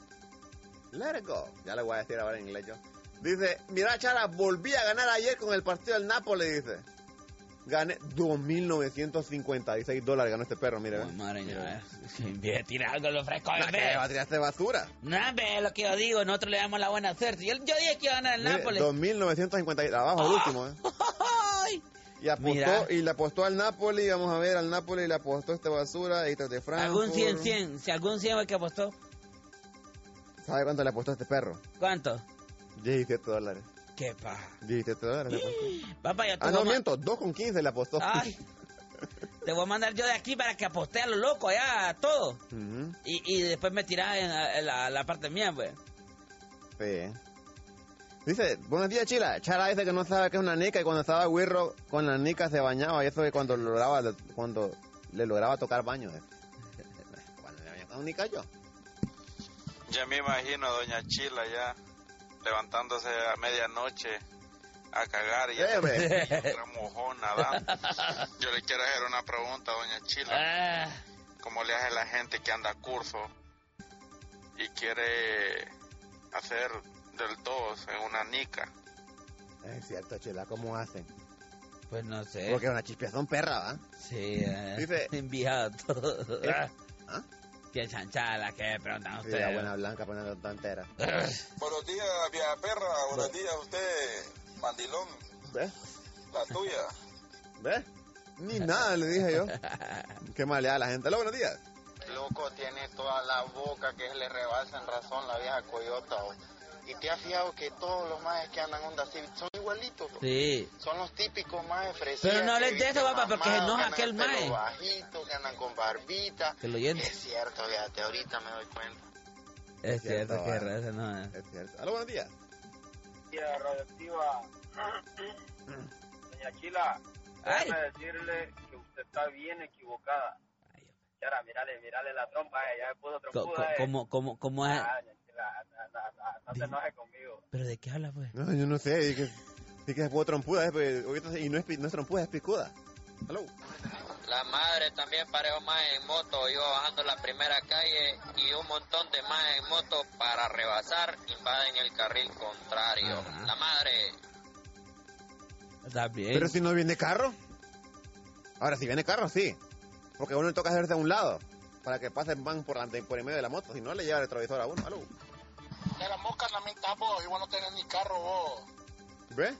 Speaker 3: Let it go. Ya le voy a decir ahora en inglés yo. Dice, mira Chara, volví a ganar ayer con el partido del Napoli, dice. Gané 2.956 dólares, ganó este perro, mire. ve.
Speaker 4: Oh, madre mía, eh. Tira algo, lo fresco,
Speaker 3: Nah, que
Speaker 4: hombre.
Speaker 3: va a tirarse basura.
Speaker 4: No, hombre, es lo que yo digo, nosotros le damos la buena suerte. Yo, yo dije que iba a ganar el
Speaker 3: Mire,
Speaker 4: Nápoles.
Speaker 3: 2.950, abajo
Speaker 4: Ah.
Speaker 3: el último, ¿eh?
Speaker 4: ¡Ay!
Speaker 3: Y apostó,
Speaker 4: Mira.
Speaker 3: y le apostó al Napoli, vamos a ver, al Napoli le apostó este basura, y de Frankfurt.
Speaker 4: Algún 100, 100. Si algún 100 fue que apostó,
Speaker 3: ¿Sabe cuánto le apostó a este perro?
Speaker 4: ¿cuánto?
Speaker 3: 17 dólares.
Speaker 4: ¡Qué paja!
Speaker 3: 17 dólares le apostó.
Speaker 4: Papá, yo te
Speaker 3: Ah,
Speaker 4: voy
Speaker 3: no,
Speaker 4: a ma-
Speaker 3: miento, 2.15 le apostó.
Speaker 4: Ay, te voy a mandar yo de aquí para que apostee a lo loco allá, a todo.
Speaker 3: Ujú,
Speaker 4: Y, y después me tirás en la, en la- la parte mía, pues.
Speaker 3: sí. Dice, buenos días, Chila. Chara dice que no sabe que es una nica y cuando estaba Wirro con la nica se bañaba y eso que cuando lograba, cuando le lograba tocar baño. eh. Cuando le bañaba con nica yo.
Speaker 6: Ya me imagino a Doña Chila ya levantándose a medianoche a cagar y
Speaker 3: Eh,
Speaker 6: ya
Speaker 3: hombre.
Speaker 6: otra mojón nadando. Yo le quiero hacer una pregunta a Doña Chila.
Speaker 4: Ah,
Speaker 6: ¿Cómo le hace la gente que anda a curso y quiere hacer del dos en una nica?
Speaker 3: Es cierto, Chila, ¿cómo hacen?
Speaker 4: pues no sé.
Speaker 3: Porque es una chispiazón perra, ¿va?
Speaker 4: Sí, eh,
Speaker 3: Dice-
Speaker 4: enviado todo.
Speaker 3: Eh, ¿ah?
Speaker 4: Qué chanchada que preguntan
Speaker 3: Sí, la
Speaker 4: ustedes.
Speaker 3: buena blanca poniendo tontera.
Speaker 6: Buenos días, vieja perra. Buenos días a usted, mandilón,
Speaker 3: ¿Ves?
Speaker 6: la tuya.
Speaker 3: ¿Ves? Ni nada, le dije yo. Qué maleada la gente. Hola, buenos días.
Speaker 7: Loco, tiene toda la boca que le rebalsa en razón la vieja coyota. o. Y te has fijado que todos los maes que andan onda Civic son igualitos. o.
Speaker 4: Sí.
Speaker 7: Son los típicos maes frescos.
Speaker 4: Pero no hables de eso, papá, porque se enoja aquel mae.
Speaker 7: bajito, que andan con barbita.
Speaker 4: Que lo oyente.
Speaker 7: Es cierto, fíjate, ahorita me doy cuenta.
Speaker 4: Es
Speaker 3: cierto,
Speaker 4: cierto
Speaker 3: eh.
Speaker 4: que
Speaker 3: va.
Speaker 4: raza no eh. es.
Speaker 3: Es cierto. Hola, buenos días.
Speaker 7: Tía radioactiva. Doña Chila,
Speaker 4: Ay.
Speaker 7: déjame decirle que usted
Speaker 8: está bien equivocada. Y ahora, mirale, mirale la trompa, eh, ya me puso
Speaker 4: Co- co-
Speaker 8: trompuda. eh.
Speaker 4: como, como, como es-
Speaker 8: Ah, la- la- la- la- No te enojes conmigo.
Speaker 4: ¿Pero de qué habla, pues?
Speaker 3: No, yo no sé. Es que, es que es puro trompuda. es, pues, ahorita- y no es, pi- no es trompuda, es picuda. Hello.
Speaker 7: La madre también pareó más en moto, yo bajando la primera calle y un montón de más en moto para rebasar invaden el carril contrario.
Speaker 4: Ajá.
Speaker 7: La madre,
Speaker 4: Está bien.
Speaker 3: Pero si no viene carro. Ahora, si viene carro, sí. Porque a uno le toca hacerse a un lado. Para que pasen van por, ante- por en medio de la moto. Si no, le lleva el retrovisor a uno. Hello.
Speaker 9: De la mosca lamenta vos, igual no tenés ni carro vos.
Speaker 3: ¿Ve?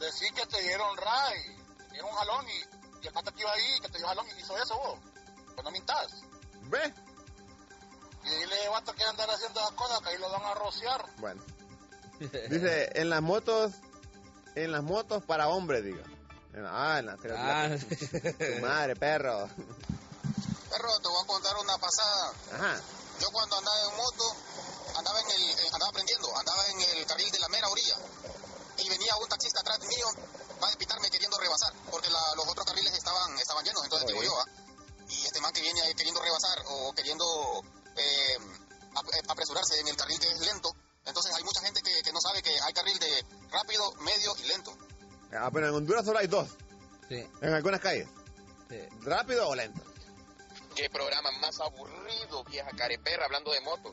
Speaker 9: Decís que te dieron ray, te dieron jalón y, y el pata que iba ahí, que te dio jalón y hizo eso vos. Pues no mintas.
Speaker 3: ¿Ve?
Speaker 9: Y dile a vato que andar haciendo esas cosas, que ahí lo van a rociar.
Speaker 3: Bueno. Dice, en las motos, en las motos para hombres, digo. En la- Ah, en la,
Speaker 4: Ah.
Speaker 3: Tu madre, perro.
Speaker 9: Perro, te voy a contar una pasada.
Speaker 3: Ajá.
Speaker 9: Yo cuando andaba en moto, andaba en el, eh, andaba aprendiendo, andaba en el carril de la mera orilla. Y venía un taxista atrás mío para pitarme queriendo rebasar, porque la- los otros carriles estaban, estaban llenos, entonces digo yo, ah, y este man que viene ahí queriendo rebasar o queriendo eh, ap- eh, apresurarse en el carril que es lento, entonces hay mucha gente que, que no sabe que hay carril de rápido, medio y lento.
Speaker 3: Ah, pero en Honduras solo hay dos.
Speaker 4: Sí.
Speaker 3: En algunas calles.
Speaker 4: Sí.
Speaker 3: ¿Rápido o lento?
Speaker 7: qué programa más aburrido, vieja careperra, hablando de moto.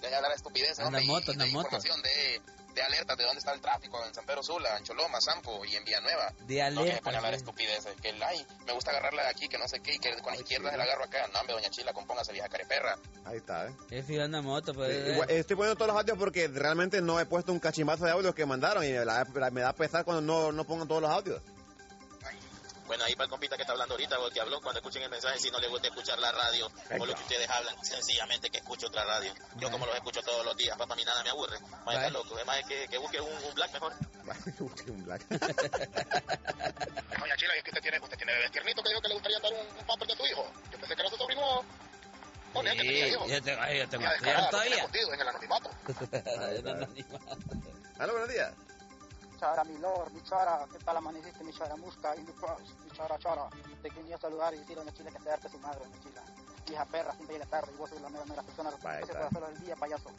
Speaker 7: Deja de hablar de estupidez,
Speaker 4: Anda
Speaker 7: hombre, y-
Speaker 4: moto,
Speaker 7: y
Speaker 4: anda
Speaker 7: de
Speaker 4: moto.
Speaker 7: información, de, de alertas de dónde está el tráfico en San Pedro Sula, en Choloma, Sampo y en Villanueva.
Speaker 4: De
Speaker 7: No, que me
Speaker 4: alerta,
Speaker 7: pone a hablar
Speaker 4: güey.
Speaker 7: estupideces, que el, ay, me gusta agarrarla de aquí, que no sé qué, y que con la izquierda se la agarro acá. No, hombre, doña Chila, compóngase, vieja careperra.
Speaker 3: Ahí está, ¿eh?
Speaker 4: Es que anda moto, pues.
Speaker 3: Eh, igual- Estoy poniendo todos los audios porque realmente no he puesto un cachimbazo de audios que mandaron y la- la- me da pesar cuando no, no pongan todos los audios.
Speaker 10: Bueno, ahí para el compita que está hablando ahorita o el que habló, cuando escuchen el mensaje, si no les gusta escuchar la radio o lo que ustedes hablan, sencillamente que escuche otra radio. Yo como los escucho todos los días, para mí nada me aburre. Más está loco, es más que, que busque un, un black mejor.
Speaker 3: Busqué un black.
Speaker 9: Doña Chila, es que usted tiene, usted tiene bebé tiernito que dijo que le gustaría dar un, un pamper de tu hijo. Yo pensé que era su sobrino. No,
Speaker 4: Sí, yo tengo, ay, yo tengo cuidado todavía.
Speaker 9: en el anonimato.
Speaker 3: Hola, buenos días.
Speaker 11: Chara, mi lord, mi chara, ¿qué tal amaneciste, mi chara musca? Y mi, pros, mi chara, chara, te quería saludar y decir a Chile que te darte su madre, mi chila. Vieja perra, siempre la tarde y vos sois la mera, mera persona
Speaker 3: Vaya,
Speaker 11: responsable
Speaker 3: vaya.
Speaker 11: por hacerlo del día, payaso.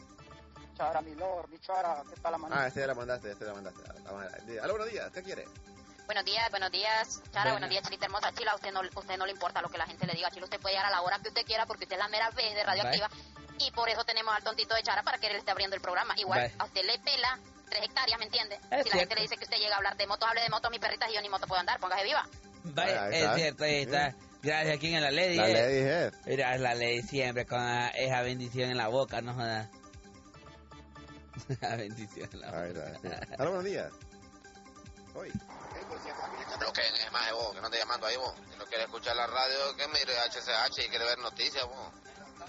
Speaker 11: Chara, mi lord, mi chara, ¿qué tal amaneciste?
Speaker 3: Ah, este ya la mandaste, este ya la mandaste. La- la- Hola, buenos días. ¿Qué quiere?
Speaker 12: Buenos días, buenos días, Chara,
Speaker 3: Buenas.
Speaker 12: buenos días, Chilita hermosa. Chila, a usted no, usted no le importa lo que la gente le diga. Chila, usted puede llegar a la hora que usted quiera porque usted es la mera vez de radioactiva. Y por eso tenemos al tontito de Chara para que él esté abriendo el programa. Igual,
Speaker 13: Bye.
Speaker 12: a usted le pela tres hectáreas, ¿me entiende? si
Speaker 4: cierto.
Speaker 12: la gente le dice que usted llega a hablar de motos, hable de motos, mi perrita, y yo ni moto puedo andar, póngase viva.
Speaker 4: Vaya,
Speaker 3: Ahí
Speaker 4: es
Speaker 3: está.
Speaker 4: cierto, ahí está. Gracias, ¿quién es la ley?
Speaker 3: La
Speaker 4: eh?
Speaker 3: ley es.
Speaker 4: Mira, la ley siempre con ah, esa bendición en la boca, no jodas. Esa bendición en la boca.
Speaker 3: Hola, buenos días. Hoy.
Speaker 7: Bloqueen ese maje, vos, que no esté llamando ahí, vos. Si no quiere escuchar la radio, que mire HCH y quiere ver noticias, vos.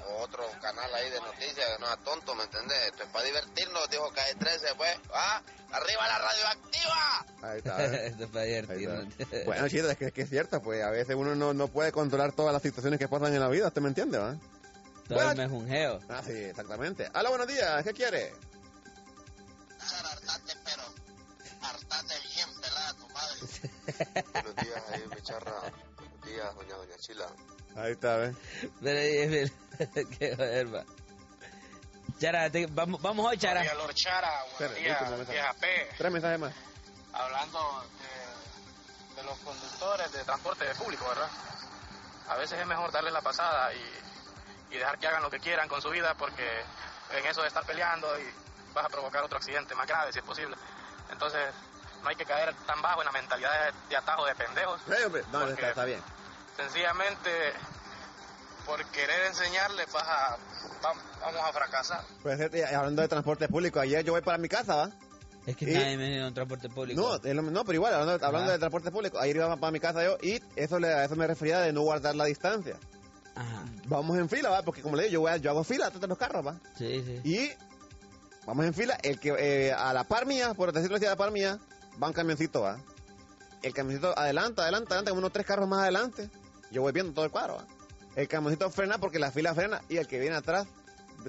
Speaker 7: O otro canal ahí de noticias, que no sea tonto, ¿me entendés? Esto es para divertirnos, dijo que hay 13, pues. ¿Ah? ¡Arriba la radioactiva!
Speaker 3: Ahí está. ¿eh?
Speaker 4: Esto es para divertirnos.
Speaker 3: Bueno, chicos, es que, es que es cierto, pues a veces uno no, no puede controlar todas las situaciones que pasan en la vida, ¿usted me entiende, va?
Speaker 4: Todo
Speaker 3: Bueno.
Speaker 4: me es un geo.
Speaker 3: Ah, sí, exactamente. Hola, buenos días. ¿Qué quiere?
Speaker 14: Buenos días, ahí mi charra. Buenos días, doña Doña Chila.
Speaker 3: Ahí está, ¿eh?
Speaker 4: Pero, eh, pero, qué joder, va. Chara, te- vamos, vamos hoy, Chara.
Speaker 9: Buenos días, Lord Chara.
Speaker 3: Espera,
Speaker 9: Buenos
Speaker 14: este
Speaker 3: último
Speaker 9: días,
Speaker 3: mensaje.
Speaker 9: vieja P.
Speaker 3: Tres mensajes más.
Speaker 9: Hablando de, de los conductores de transporte de público, ¿verdad?
Speaker 15: A veces es mejor darles la pasada y, y dejar que hagan lo que quieran con su vida porque en eso de estar peleando y vas a provocar otro accidente más grave si es posible. Entonces no hay que caer tan bajo en la mentalidad de, de atajo de pendejos.
Speaker 3: Eh, hombre, No, está, está bien.
Speaker 15: Sencillamente por querer enseñarles vas a, vam- vamos a fracasar.
Speaker 3: Pues, eh, hablando de transporte público, ayer yo voy para mi casa, ¿va?
Speaker 4: Es que
Speaker 3: Y-
Speaker 4: nadie me dio un transporte público.
Speaker 3: No, es lo- no, pero igual, hablando, hablando de transporte público, ayer iba para mi casa yo y eso, le, a eso me refería de no guardar la distancia.
Speaker 4: Ajá.
Speaker 3: Vamos en fila, ¿va? Porque como le digo, yo, voy a- yo hago fila atrás de los carros, ¿va?
Speaker 4: Sí, sí.
Speaker 3: Y vamos en fila, el que eh, a la par mía, por decirlo así, a la par mía, va un camioncito, ¿va? El camioncito adelanta, adelanta, adelanta, como unos tres carros más adelante. Yo voy viendo todo el cuadro, ¿va? El camioncito frena porque la fila frena y el que viene atrás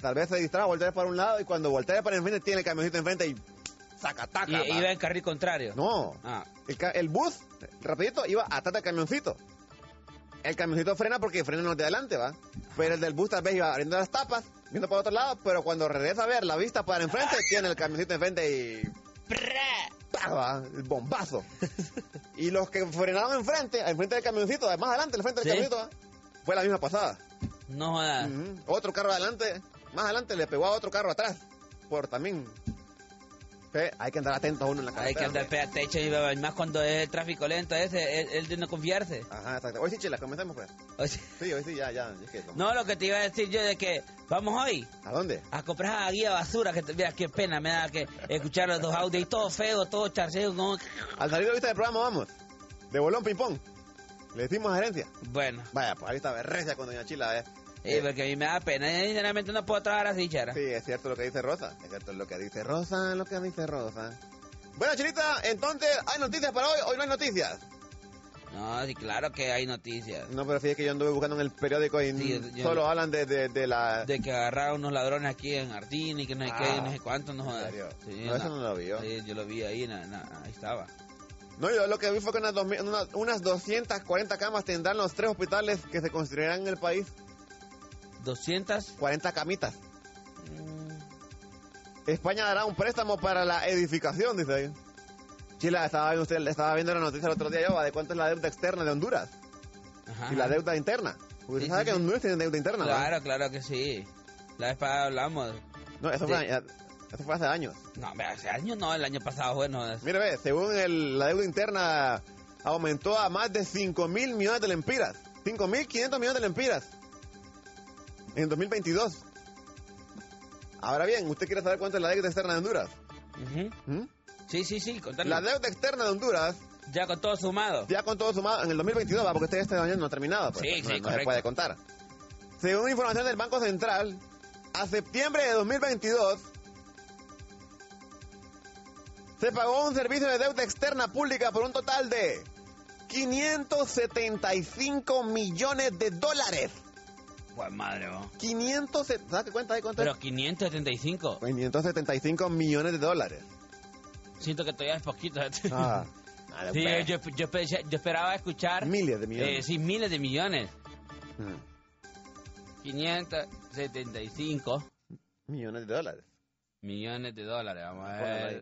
Speaker 3: tal vez se distrae, voltea para un lado y cuando voltea para enfrente tiene el camioncito enfrente y Zacataca.
Speaker 4: Y- iba en carril contrario. Ah,
Speaker 3: No. El, ca- el bus, rapidito, iba atrás del camioncito. El camioncito frena porque frena los de adelante, ¿va? Pero el del bus tal vez iba abriendo las tapas, viendo para otro lado, pero cuando regresa a ver la vista para enfrente, tiene el camioncito enfrente y... ¡Pah! va, El bombazo. y los que frenaron enfrente, enfrente del camioncito, más adelante, al frente del
Speaker 4: Sí. Ah.
Speaker 3: camioncito, ¿va? fue la misma pasada.
Speaker 4: No jodas.
Speaker 3: Ujú. Otro carro adelante, más adelante le pegó a otro carro atrás. Por también. Fe, Hay que andar atentos uno en la carretera.
Speaker 4: Hay que andar
Speaker 3: hombre.
Speaker 4: pegado techo y va- más cuando es el tráfico lento ese, el, el de no confiarse.
Speaker 3: Ajá, exacto. Hoy sí, chela, comencemos pues. Sí, hoy sí, ya, ya. es que-
Speaker 4: No, lo que te iba a decir yo de que vamos hoy.
Speaker 3: ¿A dónde?
Speaker 4: A comprar a guía basura, que te- mira qué pena me da que escuchar los dos audios y todo feo, todo charceo. como-
Speaker 3: Al salir ahorita del programa vamos. De bolón ping-pong. Le decimos a gerencia.
Speaker 4: Bueno.
Speaker 3: Vaya, pues ahorita me recia con doña Chila, eh.
Speaker 4: Eh, porque a mí me da pena, yo sinceramente no puedo trabajar así, chara.
Speaker 3: Sí, es cierto lo que dice Rosa. Es cierto lo que dice Rosa, lo que dice Rosa. Bueno, Chilita, entonces, ¿hay noticias para hoy? Hoy no hay noticias.
Speaker 4: No, sí, claro que hay noticias.
Speaker 3: No, pero fíjate que yo anduve buscando en el periódico y
Speaker 4: Sí, yo-
Speaker 3: solo hablan de, de, de la...
Speaker 4: De que agarraron unos ladrones aquí en Artín y que no sé qué, y no sé cuánto, no jodas. Sí,
Speaker 3: Ah, No, eso no lo vi yo.
Speaker 4: Sí, yo lo vi ahí, na- na- ahí estaba.
Speaker 3: No, yo lo que vi fue que unas, dos mil- una- unas 240 camas tendrán los tres hospitales que se construirán en el país.
Speaker 4: ¿240
Speaker 3: camitas.
Speaker 4: Mm.
Speaker 3: España dará un préstamo para la edificación, dice ahí. Chila, estaba viendo, usted, estaba viendo la noticia el otro día yo, va, de cuánto es la deuda externa de Honduras
Speaker 4: Ajá,
Speaker 3: y la
Speaker 4: ajá.
Speaker 3: deuda interna. Porque
Speaker 4: Sí,
Speaker 3: usted sabe
Speaker 4: sí,
Speaker 3: que
Speaker 4: sí.
Speaker 3: Honduras tiene deuda interna, ¿va?
Speaker 4: Claro, claro que sí. La vez pasada hablamos.
Speaker 3: No, eso,
Speaker 4: De-
Speaker 3: fue, eso fue hace años.
Speaker 4: No, hombre, hace años no, el año pasado, bueno. es-
Speaker 3: Mire, ve, según el- la deuda interna aumentó a más de 5 mil millones de lempiras. 5.500 millones de lempiras. En 2022. Ahora bien, ¿usted quiere saber cuánto es la deuda externa de Honduras? ¿Mm?
Speaker 4: Sí, sí, sí, contanos.
Speaker 3: La deuda externa de Honduras.
Speaker 4: Ya con todo sumado.
Speaker 3: Ya con todo sumado. En el 2022, va, porque este, este año no ha terminado. Pues,
Speaker 4: Sí,
Speaker 3: no,
Speaker 4: sí,
Speaker 3: no se
Speaker 4: correcto.
Speaker 3: puede contar. Según información del Banco Central, a septiembre de 2022 se pagó un servicio de deuda externa pública por un total de 575 millones de dólares.
Speaker 4: Pues madre, vos.
Speaker 3: 500, ¿sabes qué cuenta ahí? ¿Cuánto es?
Speaker 4: Pero 575.
Speaker 3: 575 millones de dólares.
Speaker 4: Siento que todavía es poquito.
Speaker 3: Ah,
Speaker 4: Sí,
Speaker 3: pues.
Speaker 4: yo, yo pensé- yo esperaba escuchar.
Speaker 3: Miles de millones.
Speaker 4: Eh, sí, miles de millones.
Speaker 3: Mm.
Speaker 4: 575
Speaker 3: Millones de dólares.
Speaker 4: millones de dólares. Vamos a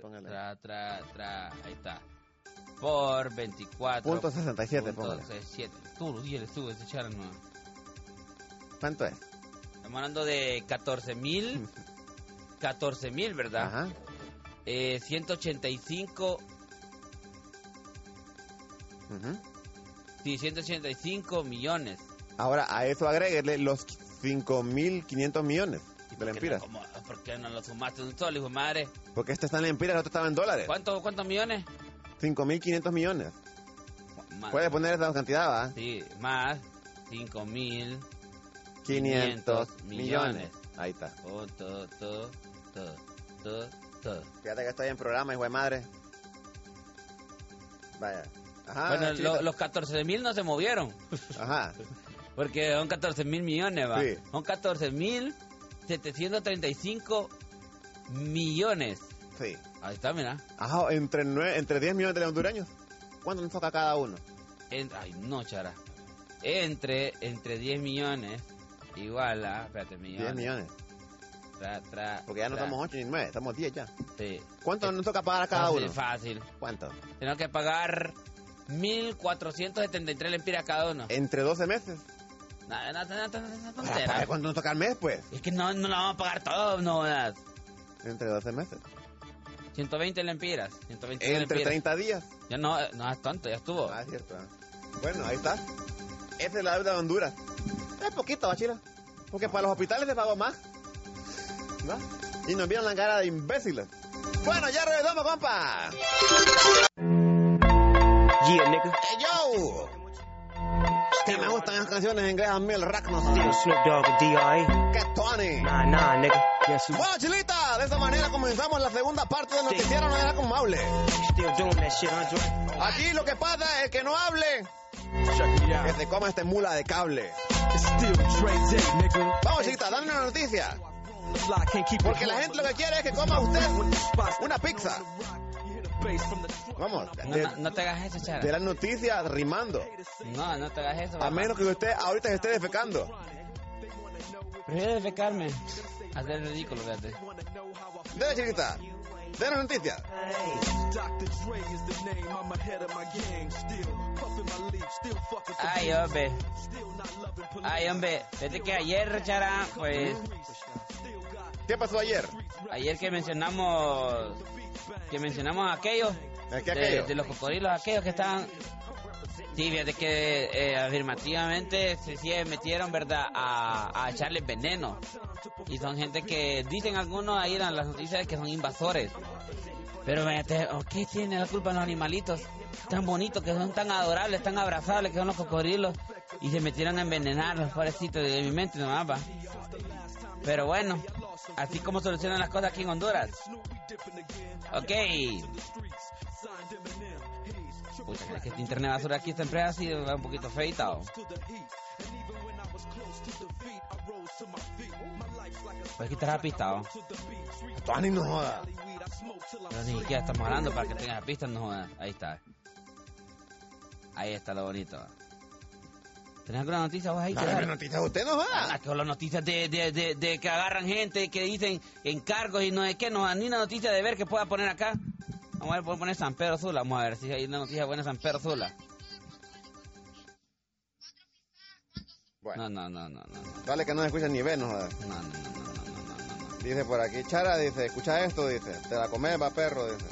Speaker 3: Póngalo ahí,
Speaker 4: ver. Tra, tra, tra. Ahí está. Por 24.
Speaker 3: Punto 67,
Speaker 4: punto
Speaker 3: póngale.
Speaker 4: 67. Todos los días le subo ese charo, no.
Speaker 3: ¿Cuánto es?
Speaker 4: Estamos hablando de 14 mil. 14 mil, ¿verdad?
Speaker 3: Ajá.
Speaker 4: Eh, 185
Speaker 3: Ujú.
Speaker 4: Sí, 185 millones.
Speaker 3: Ahora, a eso agréguele los 5.500 millones de
Speaker 4: ¿Por qué, no,
Speaker 3: lempiras.
Speaker 4: como- por qué no lo sumaste de un solo, hijo de madre?
Speaker 3: Porque este está en lempiras, el otro estaba en dólares.
Speaker 4: ¿Cuántos, cuántos millones?
Speaker 3: 5.500 millones.
Speaker 4: Madre.
Speaker 3: Puedes poner esa cantidad, ¿va?
Speaker 4: Sí, más 5 mil
Speaker 3: 500 millones.
Speaker 4: millones.
Speaker 3: Ahí está.
Speaker 4: Todo, todo, todo, todo, todo, todo.
Speaker 3: Fíjate que estoy en programa, hijo de madre. Vaya. Ajá.
Speaker 4: bueno,
Speaker 3: Chilita.
Speaker 4: lo- los 14 mil no se movieron.
Speaker 3: Ajá.
Speaker 4: Porque son 14 mil millones, va.
Speaker 3: Sí.
Speaker 4: Son 14 mil 735 millones.
Speaker 3: Sí.
Speaker 4: Ahí está, mira.
Speaker 3: Ajá, entre, nueve, entre 10 millones de hondureños. ¿Cuánto nos toca cada uno?
Speaker 4: En- ay, no, Chara. Entre, entre 10 millones igual a. Espérate, millones.
Speaker 3: 10 millones.
Speaker 4: Tra, tra,
Speaker 3: Porque ya no
Speaker 4: tra.
Speaker 3: estamos 8 ni 9, estamos 10 ya.
Speaker 4: Sí.
Speaker 3: ¿Cuánto nos toca pagar a cada
Speaker 4: fácil,
Speaker 3: uno?
Speaker 4: Fácil.
Speaker 3: ¿Cuánto?
Speaker 4: Tenemos que pagar 1.473 lempiras cada uno.
Speaker 3: Entre 12 meses.
Speaker 4: Nada, nada, nada, nada, nada,
Speaker 3: Para pagar
Speaker 4: tontera.
Speaker 3: ¿Cuánto nos toca al mes, pues?
Speaker 4: Es que no, no la vamos a pagar todo, no. nada.
Speaker 3: Entre 12 meses.
Speaker 4: 120 lempiras. 120
Speaker 3: Entre
Speaker 4: lempiras.
Speaker 3: 30 días.
Speaker 4: Ya no, eh, no es tonto, ya estuvo.
Speaker 3: Ah, es cierto. ah. Bueno, ahí está. Esa es la deuda de Honduras. Es poquito, bachila. Porque para los hospitales se pagó más. ¿No? Y nos vieron la cara de imbéciles. Bueno, ya regresamos, compa. Yeah, nigga. Hey, yo. Que me gustan esas canciones inglesas a mí, el rack no sabe.
Speaker 13: Snoop Dogg and D.I.A.
Speaker 3: Que Tony.
Speaker 13: Nah, nah, nigga. Yes, you
Speaker 3: Bueno, chilita, de esta manera comenzamos la segunda parte del noticiero No Era Como Hable.
Speaker 13: still doing that shit, Andre.
Speaker 3: Aquí lo que pasa es que no hable. Que se coma este mula de cable. Vamos, chilita, dame una noticia. Porque la gente lo que quiere es que coma usted una pizza. Vamos,
Speaker 4: No,
Speaker 3: de-
Speaker 4: no- no te hagas eso, Chara.
Speaker 3: de las noticias rimando.
Speaker 4: No, no te hagas eso.
Speaker 3: A
Speaker 4: papá.
Speaker 3: menos que usted ahorita se esté defecando.
Speaker 4: Prefiero defecarme. Hacer el ridículo, fíjate.
Speaker 3: Dele, chiquita. Dele noticias.
Speaker 4: Ay, hombre. Ay, hombre. Fíjate que ayer, Chara, pues.
Speaker 3: ¿Qué pasó ayer?
Speaker 4: Ayer que mencionamos. Que mencionamos aquellos.
Speaker 3: qué
Speaker 4: de-
Speaker 3: aquello?
Speaker 4: De, los cocodrilos, aquellos que estaban. Sí, fíjate que eh, afirmativamente se, sí metieron, ¿verdad? A, a echarles veneno. Y son gente que dicen algunos ahí en las noticias que son invasores. Pero fíjate, ¿o ¿qué tiene la culpa los animalitos? Tan bonitos, que son tan adorables, tan abrazables, que son los cocodrilos. Y se metieron a envenenar los pobrecitos de mi mente nomás, va. Pero bueno, así como solucionan las cosas aquí en Honduras. Ok. Pucha, es que este internet basura aquí siempre ha sido un poquito feitado. Pues quitar la pista, ¿o?
Speaker 3: Tony no joda.
Speaker 4: Pero ni siquiera estamos hablando para que tengas la pista, no jodas. Ahí está. Ahí está lo bonito. ¿Tenés alguna noticia vos ahí?
Speaker 3: No, no, noticias usted no joda.
Speaker 4: Ah, que las noticias de, de, de, de que agarran gente, que dicen encargos y no sé qué, no dan ni una noticia de ver que pueda poner acá. Vamos a ver, voy a poner San Pedro Sula, vamos a ver si hay una noticia buena de San Pedro Sula. No, no, no, no, no.
Speaker 3: Dale que no se escucha ni ver, no joda.
Speaker 4: No, no, no,
Speaker 3: Dice por aquí, Chara, dice, escucha esto, dice. Te la comes, va perro, dice.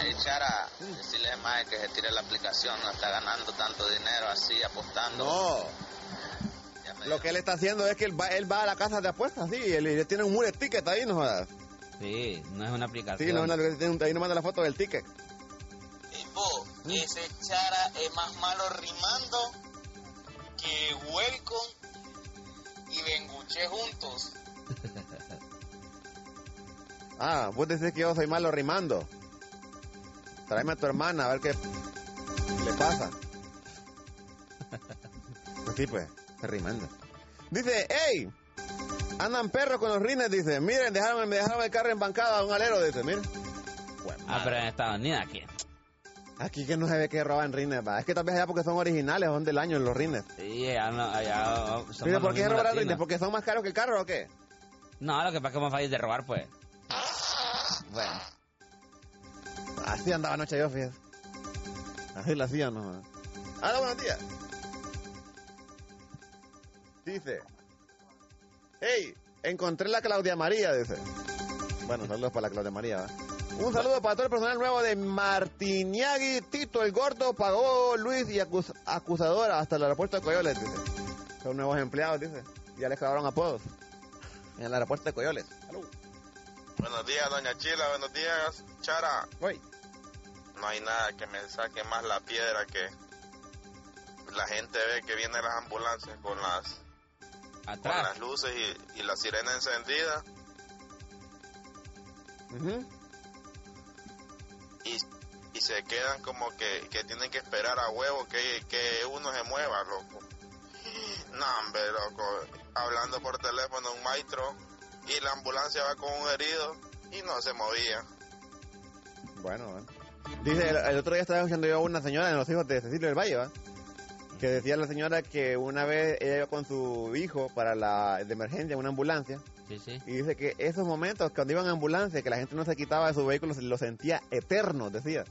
Speaker 10: Hey, Chara, decirle al Mae que se tire la aplicación, no está ganando tanto dinero así apostando.
Speaker 3: No. Lo que él está haciendo es que él va, él va a la casa de apuestas, sí, y él, él tiene un muro de ticket ahí, no jodas.
Speaker 4: Sí, no es una aplicación.
Speaker 3: Sí, no, no, tiene un- ahí no manda la foto del ticket.
Speaker 7: Bo, Eh, ese Chara es más malo rimando que Welcome y Benguche juntos.
Speaker 3: Ah, vos decís que yo soy malo rimando. Tráeme a tu hermana a ver qué le pasa. Pues sí, pues, está rimando. Dice, hey, andan perros con los rines, dice. Miren, dejaron, me dejaron el carro en bancada, un alero, dice, miren.
Speaker 4: Ah, pero en Estados Unidos aquí.
Speaker 3: Aquí que no se ve que roban rines, va. Es que tal vez allá porque son originales, son del año los rines.
Speaker 4: Sí, allá no, allá, oh, somos
Speaker 3: Dice, ¿por
Speaker 4: los
Speaker 3: qué
Speaker 4: mismos
Speaker 3: roban
Speaker 4: latinos.
Speaker 3: rines? ¿Porque son más caros que el carro o qué?
Speaker 4: No, lo que pasa es que más fácil de robar, pues. Bueno.
Speaker 3: Así andaba anoche yo, fíjate. Así la hacía, no. jodas. Hola, buenos días. Dice, hey, encontré la Claudia María, dice. Bueno, saludos para la Claudia María. ¿va? Un saludo para todo el personal nuevo de Martiniagui, Tito el Gordo, Pagó, Luis y acus- Acusadora hasta el aeropuerto de Coyoles, dice. Son nuevos empleados, dice. Ya les clavaron apodos en el aeropuerto de Coyoles.
Speaker 6: Buenos días, doña Chila, buenos días, Chara.
Speaker 3: Voy.
Speaker 6: No hay nada que me saque más la piedra que la gente ve que vienen las ambulancias con las con las luces y, y la sirena encendida y, y se quedan como que, que tienen que esperar a huevo que, que uno se mueva, loco. No, hombre, loco, hablando por teléfono un maestro y la ambulancia va con un herido y no se movía.
Speaker 3: Bueno, bueno. Dice, el, el otro día estaba escuchando yo a una señora en los hijos de Cecilio del Valle, ¿va? Que decía la señora que una vez ella iba con su hijo para la de emergencia, una ambulancia.
Speaker 4: Sí, sí.
Speaker 3: Y dice que esos momentos cuando iban en ambulancia, que la gente no se quitaba de su vehículo, se lo sentía eterno, decía.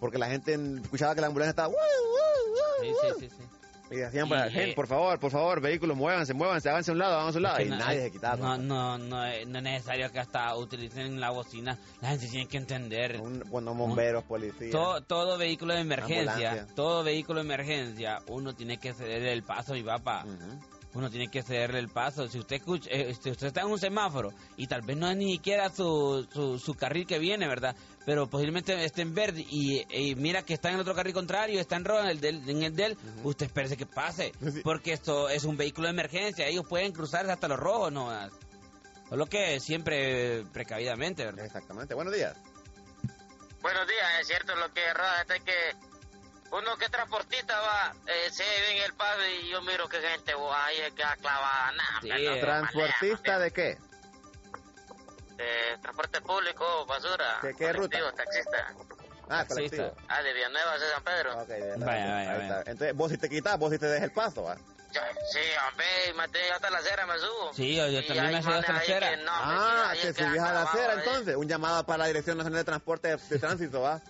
Speaker 3: Porque la gente escuchaba que la ambulancia estaba... "Woo, woo,
Speaker 4: Sí,
Speaker 3: woo,
Speaker 4: sí,
Speaker 3: woo".
Speaker 4: sí, sí.
Speaker 3: Y decían, para
Speaker 4: Y- eh,
Speaker 3: gente, por favor, por favor, vehículos, muévanse, muévanse, háganse a un lado, háganse a un lado.
Speaker 4: Es
Speaker 3: Y
Speaker 4: que no-
Speaker 3: nadie se quitaba.
Speaker 4: No, no, no, es, no es necesario que hasta utilicen la bocina. La gente tiene que entender.
Speaker 3: Cuando bomberos, policías.
Speaker 4: Todo, todo vehículo de emergencia,
Speaker 3: Ambulancia.
Speaker 4: todo vehículo de emergencia, uno tiene que cederle el paso, mi papá. Uno tiene que cederle el paso. Si usted escucha, eh, si usted está en un semáforo y tal vez no es ni siquiera su, su, su carril que viene, ¿verdad? Pero posiblemente esté en verde y, y mira que está en el otro carril contrario, está en rojo en el del, en el del usted espérese que pase. Porque esto es un vehículo de emergencia, ellos pueden cruzarse hasta los rojos, ¿no? Solo que siempre eh, precavidamente, ¿verdad?
Speaker 3: Exactamente. Buenos días.
Speaker 16: Buenos días, es cierto lo que Rodas, este que uno que transportista va, eh, se ve en el pavo y yo miro que gente, bo, ahí es que ha clavado nada.
Speaker 4: Eh,
Speaker 16: perdón,
Speaker 3: ¿Transportista de qué?
Speaker 16: eh, transporte público, basura.
Speaker 3: ¿Qué- qué ruta?
Speaker 16: colectivo, taxista.
Speaker 3: Ah, colectivo.
Speaker 16: Ah, de Villanueva hacia San Pedro.
Speaker 3: Ok, de verdad. Ahí está. Entonces, vos si te quitas, vos si te des el paso, ¿va?
Speaker 16: Sí, hombre, Mateo, hasta la acera me subo.
Speaker 4: Sí, yo- yo
Speaker 16: Y
Speaker 4: también
Speaker 16: hay
Speaker 4: me he subido hasta la
Speaker 16: manes ahí
Speaker 4: acera.
Speaker 16: que no,
Speaker 3: ah,
Speaker 16: ahí
Speaker 3: te
Speaker 16: es que
Speaker 3: subís a la
Speaker 16: acabamos
Speaker 3: acera
Speaker 16: de-
Speaker 3: entonces. Un llamado para la Dirección Nacional de Transporte de, de Tránsito, ¿va?
Speaker 16: eh,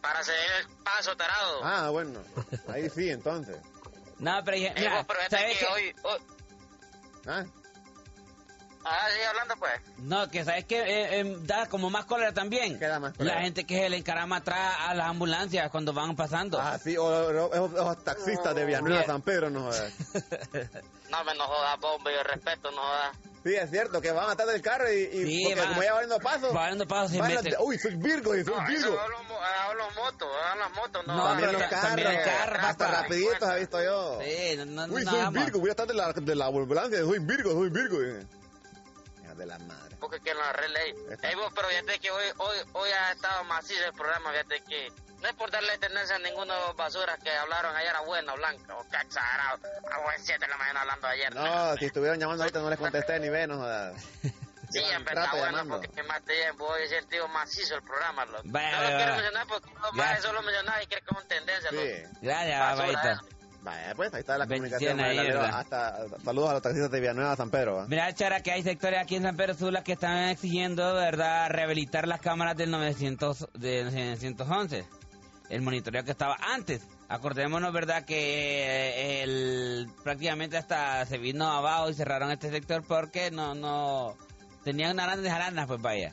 Speaker 16: Para ceder el paso, tarado.
Speaker 3: Ah, bueno. Ahí sí, entonces.
Speaker 4: No, pero dije,
Speaker 16: Eh,
Speaker 4: mira,
Speaker 16: vos, pero este
Speaker 4: ¿sabes
Speaker 16: que
Speaker 4: qué?
Speaker 16: hoy, hoy-
Speaker 3: Ah,
Speaker 16: Ah, sigue hablando, pues.
Speaker 4: No, que sabes que eh, em, da como más cólera también. La gente que se le encarama atrás a las ambulancias cuando van pasando.
Speaker 3: ah, sí, o, o- o- los taxistas de Villanueva,
Speaker 16: Bien.
Speaker 3: San Pedro, no jodas.
Speaker 16: No me no jodas, bomba, yo respeto, no jodas.
Speaker 3: Sí, es cierto, que van atrás del carro y, y
Speaker 16: Sí,
Speaker 3: porque
Speaker 16: van-
Speaker 3: como ya va abriendo paso.
Speaker 4: va abriendo paso, se
Speaker 3: van
Speaker 4: mete.
Speaker 3: las- Uy, soy Virgo, y soy
Speaker 16: No, eso
Speaker 3: Virgo.
Speaker 16: hablo, mo- hablo moto, hablo moto, no.
Speaker 3: No, también
Speaker 16: hablo-
Speaker 3: los carros. hasta rapiditos ha visto yo.
Speaker 16: Sí, no, no,
Speaker 3: Uy,
Speaker 16: no,
Speaker 3: soy
Speaker 16: vamos.
Speaker 3: Virgo, voy a estar de la, de la ambulancia, soy Virgo, soy Virgo. eh. Hija De la madre.
Speaker 16: Porque que lo arregle ahí. Ey, vos, pero fíjate que hoy, hoy, hoy ha estado macizo el programa, fíjate que no es por darle tendencia a ninguno de los basuras que hablaron ayer a Buena o Blanca, o Caxarao, a buen 7 de la mañana hablando ayer.
Speaker 3: No, si estuvieron llamando ahorita no les contesté ni ve, no jodas.
Speaker 16: Sí, en verdad,
Speaker 3: trato
Speaker 16: bueno,
Speaker 3: llamando.
Speaker 16: porque me maté, voy a decir, tío, macizo el programa, loco.
Speaker 3: Vaya,
Speaker 16: no lo
Speaker 3: vaya,
Speaker 16: quiero
Speaker 3: vaya.
Speaker 16: mencionar porque los
Speaker 3: Ya.
Speaker 16: más solo mencionar y quiere con tendencia, loco.
Speaker 4: Gracias,
Speaker 16: Basura, eh.
Speaker 4: Baita.
Speaker 3: Vaya, pues ahí está la comunicación.
Speaker 4: Bendiciones ahí,
Speaker 3: María Gabriela.
Speaker 4: ¿verdad?
Speaker 3: Hasta, saludos a los taxistas de Villanueva, San Pedro. ¿eh? ¿va?
Speaker 4: Mira, Chara, que hay sectores aquí en San Pedro Sula que están exigiendo, ¿verdad?, rehabilitar las cámaras del 900, de 911. El monitoreo que estaba antes. Acordémonos, ¿verdad?, que el, prácticamente hasta se vino abajo y cerraron este sector porque no, no... Tenían grandes aranas, pues vaya.